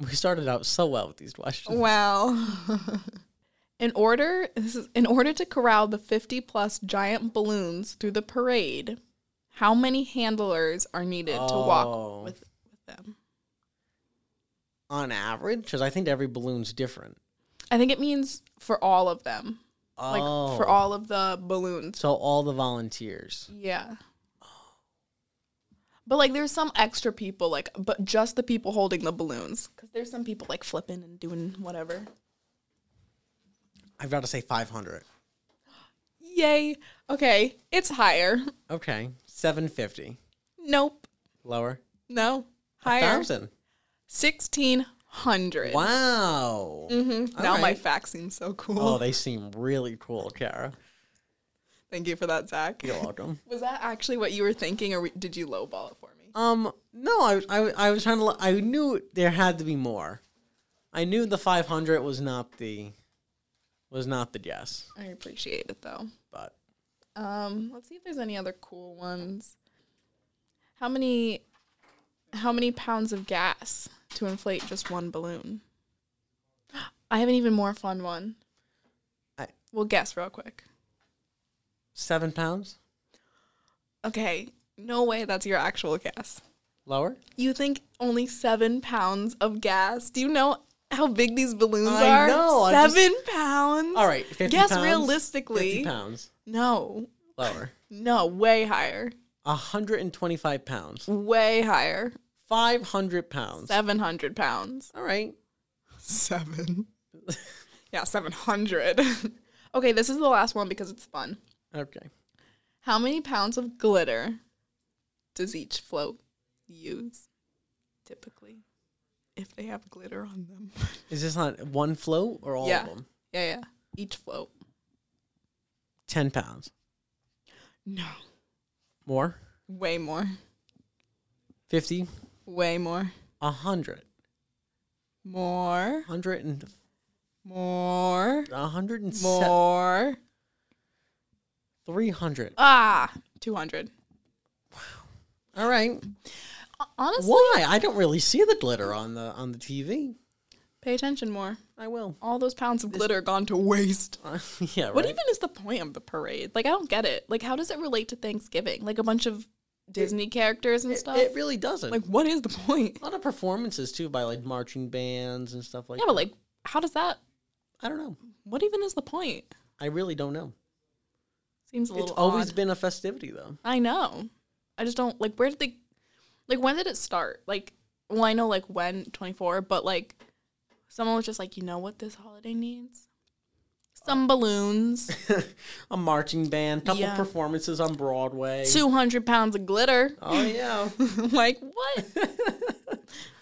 [SPEAKER 3] We started out so well with these questions.
[SPEAKER 2] well. in order this is in order to corral the 50 plus giant balloons through the parade, how many handlers are needed to
[SPEAKER 3] Oh.
[SPEAKER 2] walk with, with them?
[SPEAKER 3] On average, because I think every balloon's different.
[SPEAKER 2] I think it means for all of them. Like for
[SPEAKER 3] Oh.
[SPEAKER 2] all of the balloons.
[SPEAKER 3] So all the volunteers.
[SPEAKER 2] Yeah. But like, there's some extra people, like, but just the people holding the balloons, because there's some people like flipping and doing whatever.
[SPEAKER 3] I've got to say five hundred.
[SPEAKER 2] Yay! Okay, it's higher.
[SPEAKER 3] Okay, seven fifty.
[SPEAKER 2] Nope.
[SPEAKER 3] Lower.
[SPEAKER 2] No.
[SPEAKER 3] A
[SPEAKER 2] Higher.
[SPEAKER 3] Thousand.
[SPEAKER 2] Sixteen hundred.
[SPEAKER 3] Wow.
[SPEAKER 2] Mm-hmm. Now my
[SPEAKER 3] Alright.
[SPEAKER 2] facts seem so cool.
[SPEAKER 3] Oh, they seem really cool, Kara.
[SPEAKER 2] Thank you for that, Zach.
[SPEAKER 3] You're welcome.
[SPEAKER 2] Was that actually what you were thinking, or we- did you lowball it for me?
[SPEAKER 3] Um, no, I, I, I was trying to. look- I knew there had to be more. I knew the 500 was not the, was not the guess.
[SPEAKER 2] I appreciate it though.
[SPEAKER 3] But
[SPEAKER 2] Um, let's see if there's any other cool ones. How many how many pounds of gas to inflate just one balloon? I have an even more fun one.
[SPEAKER 3] I-
[SPEAKER 2] We'll guess real quick.
[SPEAKER 3] seven pounds
[SPEAKER 2] Okay, no way that's your actual guess.
[SPEAKER 3] lower.
[SPEAKER 2] You think only seven pounds of gas? Do you know how big these balloons
[SPEAKER 3] I
[SPEAKER 2] are?
[SPEAKER 3] know, I just-
[SPEAKER 2] seven pounds.
[SPEAKER 3] All right, 50
[SPEAKER 2] Guess
[SPEAKER 3] pounds,
[SPEAKER 2] realistically.
[SPEAKER 3] 50 pounds
[SPEAKER 2] No,
[SPEAKER 3] lower.
[SPEAKER 2] no, way higher,
[SPEAKER 3] 125 pounds.
[SPEAKER 2] way higher.
[SPEAKER 3] 500 pounds.
[SPEAKER 2] Seven hundred pounds.
[SPEAKER 3] All right.
[SPEAKER 2] Seven. yeah, 700. okay, this is the last one because it's fun.
[SPEAKER 3] Okay.
[SPEAKER 2] How many pounds of glitter does each float use typically if they have glitter on them?
[SPEAKER 3] Is this on one float or all
[SPEAKER 2] Yeah.
[SPEAKER 3] of them?
[SPEAKER 2] yeah, yeah. Each float.
[SPEAKER 3] 10 pounds.
[SPEAKER 2] No.
[SPEAKER 3] More?
[SPEAKER 2] Way more.
[SPEAKER 3] 50?
[SPEAKER 2] Way more.
[SPEAKER 3] 100.
[SPEAKER 2] More.
[SPEAKER 3] 100 and
[SPEAKER 2] More.
[SPEAKER 3] 100 and se-
[SPEAKER 2] More.
[SPEAKER 3] 300.
[SPEAKER 2] Ah, 200.
[SPEAKER 3] All right.
[SPEAKER 2] Honestly,
[SPEAKER 3] Why? I don't really see the glitter on the on the TV.
[SPEAKER 2] pay attention more.
[SPEAKER 3] I will.
[SPEAKER 2] All those pounds of glitter gone to waste.
[SPEAKER 3] Uh, yeah. Right?
[SPEAKER 2] What even is the point of the parade? Like, I don't get it. Like, how does it relate to Thanksgiving? Like, a bunch of Disney characters and
[SPEAKER 3] It,
[SPEAKER 2] stuff.
[SPEAKER 3] it really doesn't.
[SPEAKER 2] like, what is the point?
[SPEAKER 3] a lot of performances too by like marching bands and stuff like.
[SPEAKER 2] Yeah, but like, how does that?
[SPEAKER 3] that. I don't know.
[SPEAKER 2] What even is the point?
[SPEAKER 3] I really don't know.
[SPEAKER 2] Seems a
[SPEAKER 3] It's
[SPEAKER 2] little.
[SPEAKER 3] always
[SPEAKER 2] odd.
[SPEAKER 3] been a festivity though.
[SPEAKER 2] I know. I just don't like. Where did they? Like, when did it start? Like, well, I know like when twenty four, but like, someone was just like, you know what this holiday needs? Some balloons,
[SPEAKER 3] a marching band, couple
[SPEAKER 2] Yeah.
[SPEAKER 3] performances on Broadway.
[SPEAKER 2] two hundred pounds of glitter.
[SPEAKER 3] Oh yeah.
[SPEAKER 2] like what?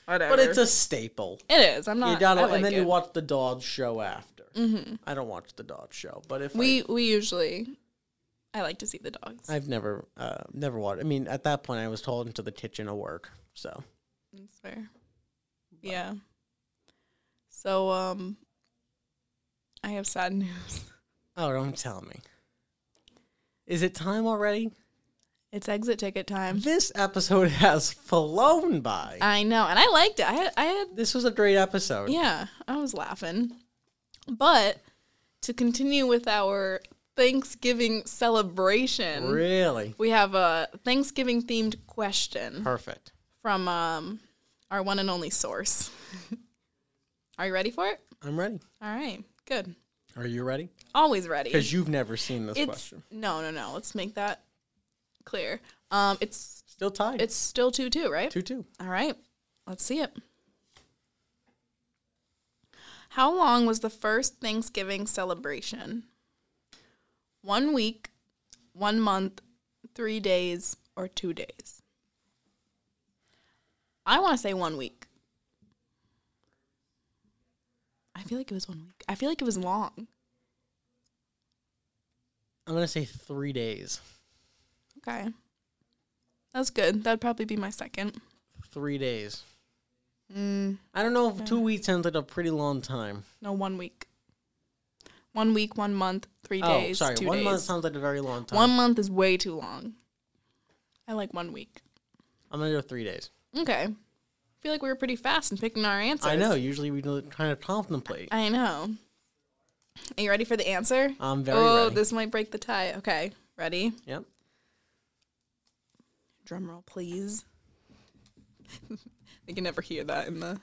[SPEAKER 2] Whatever.
[SPEAKER 3] but it's a staple.
[SPEAKER 2] It is. I'm not.
[SPEAKER 3] You gotta,
[SPEAKER 2] I like
[SPEAKER 3] and then
[SPEAKER 2] it.
[SPEAKER 3] you watch the Dodge show after. Mm-hmm. I don't watch the Dodge show, but if I,
[SPEAKER 2] We we usually, I like to see the dogs.
[SPEAKER 3] I've never, uh, never watched. I mean, at that point, I was told into the kitchen to work. So
[SPEAKER 2] That's fair. Yeah. So um, I have sad news.
[SPEAKER 3] Oh, don't tell me. Is it time already?
[SPEAKER 2] It's exit ticket time.
[SPEAKER 3] This episode has flown by.
[SPEAKER 2] I know, and I liked it. I had I had
[SPEAKER 3] This was a great episode.
[SPEAKER 2] yeah, I was laughing, but to continue with our Thanksgiving celebration,
[SPEAKER 3] Really?
[SPEAKER 2] we have a Thanksgiving themed question
[SPEAKER 3] Perfect.
[SPEAKER 2] from um, our one and only source. Are you ready for it?
[SPEAKER 3] I'm ready.
[SPEAKER 2] All right, good.
[SPEAKER 3] Are you ready?
[SPEAKER 2] Always ready.
[SPEAKER 3] Because you've never seen this
[SPEAKER 2] it's
[SPEAKER 3] question.
[SPEAKER 2] no, no, no. Let's make that clear. Um, it's
[SPEAKER 3] Still tied.
[SPEAKER 2] it's still two two, right?
[SPEAKER 3] 2 2.
[SPEAKER 2] All right, let's see it. How long was the first Thanksgiving celebration? One week, one month, three days, or two days? I want to say one week. I feel like it was one week. I feel like it was long.
[SPEAKER 3] I'm going to say three days.
[SPEAKER 2] Okay. That's good. That'd probably be my second.
[SPEAKER 3] Three days.
[SPEAKER 2] Mm,
[SPEAKER 3] I don't know if two weeks sounds like a pretty long time.
[SPEAKER 2] no, one week. One week, one month, three
[SPEAKER 3] oh,
[SPEAKER 2] days.
[SPEAKER 3] sorry.
[SPEAKER 2] two
[SPEAKER 3] One
[SPEAKER 2] days.
[SPEAKER 3] month sounds like a very long time.
[SPEAKER 2] One month is way too long. I like one week.
[SPEAKER 3] I'm going to go three days.
[SPEAKER 2] Okay. I feel like we were pretty fast in picking our answers.
[SPEAKER 3] I know. Usually we do kind of contemplate.
[SPEAKER 2] I know. Are you ready for the answer?
[SPEAKER 3] I'm very
[SPEAKER 2] oh,
[SPEAKER 3] ready.
[SPEAKER 2] this might break the tie. Okay. Ready?
[SPEAKER 3] Yep.
[SPEAKER 2] Drum roll, please. I can never hear that in the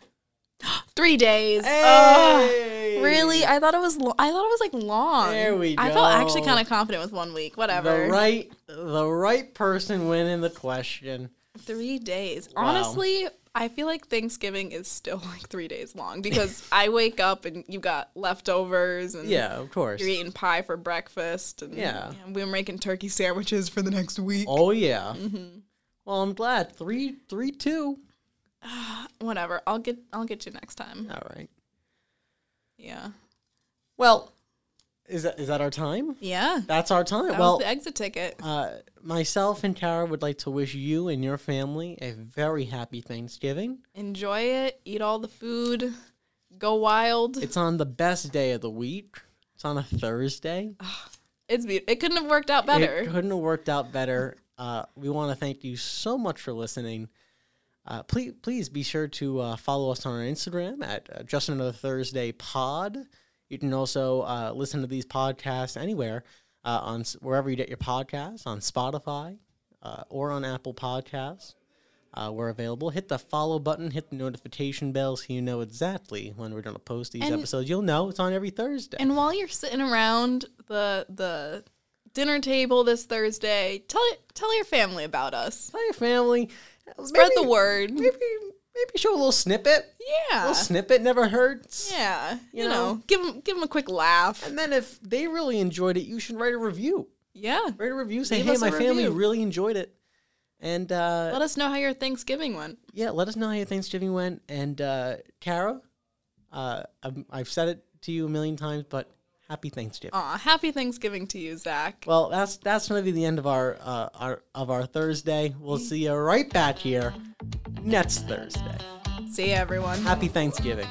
[SPEAKER 2] three days. Ugh.
[SPEAKER 3] Hey!
[SPEAKER 2] Really? I thought it was. Lo- I thought it was like long.
[SPEAKER 3] There we
[SPEAKER 2] I felt actually
[SPEAKER 3] go.
[SPEAKER 2] kind of confident with one week. Whatever.
[SPEAKER 3] The right, the right person winning the question.
[SPEAKER 2] Three days.
[SPEAKER 3] Wow.
[SPEAKER 2] Honestly, I feel like Thanksgiving is still like three days long because I wake up and you got leftovers and
[SPEAKER 3] Yeah, of course.
[SPEAKER 2] you're eating pie for breakfast and
[SPEAKER 3] Yeah.
[SPEAKER 2] you know, we're making turkey sandwiches for the next week.
[SPEAKER 3] Oh yeah.
[SPEAKER 2] Mm-hmm.
[SPEAKER 3] Well, I'm glad three, three, two.
[SPEAKER 2] Whatever. I'll get. I'll get you next time.
[SPEAKER 3] All right.
[SPEAKER 2] Yeah.
[SPEAKER 3] Well, is that is that our time?
[SPEAKER 2] Yeah.
[SPEAKER 3] That's our time.
[SPEAKER 2] That
[SPEAKER 3] well,
[SPEAKER 2] was the exit ticket.
[SPEAKER 3] uh, myself and Tara would like to wish you and your family a very happy Thanksgiving.
[SPEAKER 2] Enjoy it. Eat all the food. Go wild.
[SPEAKER 3] It's on the best day of the week. It's on a Thursday.
[SPEAKER 2] It's beautiful. It couldn't have worked out better.
[SPEAKER 3] It couldn't have worked out better. Uh, we want to thank you so much for listening. Uh, please, please be sure to uh, follow us on our Instagram at uh, Just Another Thursday Pod. You can also uh, listen to these podcasts anywhere uh, on s- wherever you get your podcasts on Spotify uh, or on Apple Podcasts. Uh, we're available. Hit the follow button. Hit the notification bell so you know exactly when we're going to post these
[SPEAKER 2] And-
[SPEAKER 3] episodes. You'll know it's on every Thursday.
[SPEAKER 2] And while you're sitting around the the dinner table this Thursday, tell tell your family about us.
[SPEAKER 3] Tell your family.
[SPEAKER 2] Spread
[SPEAKER 3] maybe-
[SPEAKER 2] the word.
[SPEAKER 3] maybe maybe show a little snippet. A
[SPEAKER 2] Yeah.
[SPEAKER 3] little snippet never hurts.
[SPEAKER 2] Yeah. You,
[SPEAKER 3] You
[SPEAKER 2] know,
[SPEAKER 3] know.
[SPEAKER 2] give 'em give 'em a quick laugh.
[SPEAKER 3] And then if they really enjoyed it, you should write a review.
[SPEAKER 2] Yeah.
[SPEAKER 3] Write a review. Say,
[SPEAKER 2] Leave
[SPEAKER 3] hey,
[SPEAKER 2] us a
[SPEAKER 3] my family
[SPEAKER 2] review."
[SPEAKER 3] really enjoyed it. And uh,
[SPEAKER 2] Let us know how your Thanksgiving went.
[SPEAKER 3] yeah, let us know how your Thanksgiving went. And uh, Tara, uh, I'm, I've said it to you a million times, but happy Thanksgiving.
[SPEAKER 2] Aw, happy Thanksgiving to you, Zach.
[SPEAKER 3] well, that's that's going to be the end of our, uh, our of our Thursday. We'll see you right back here next Thursday.
[SPEAKER 2] See ya, everyone.
[SPEAKER 3] Happy Thanksgiving.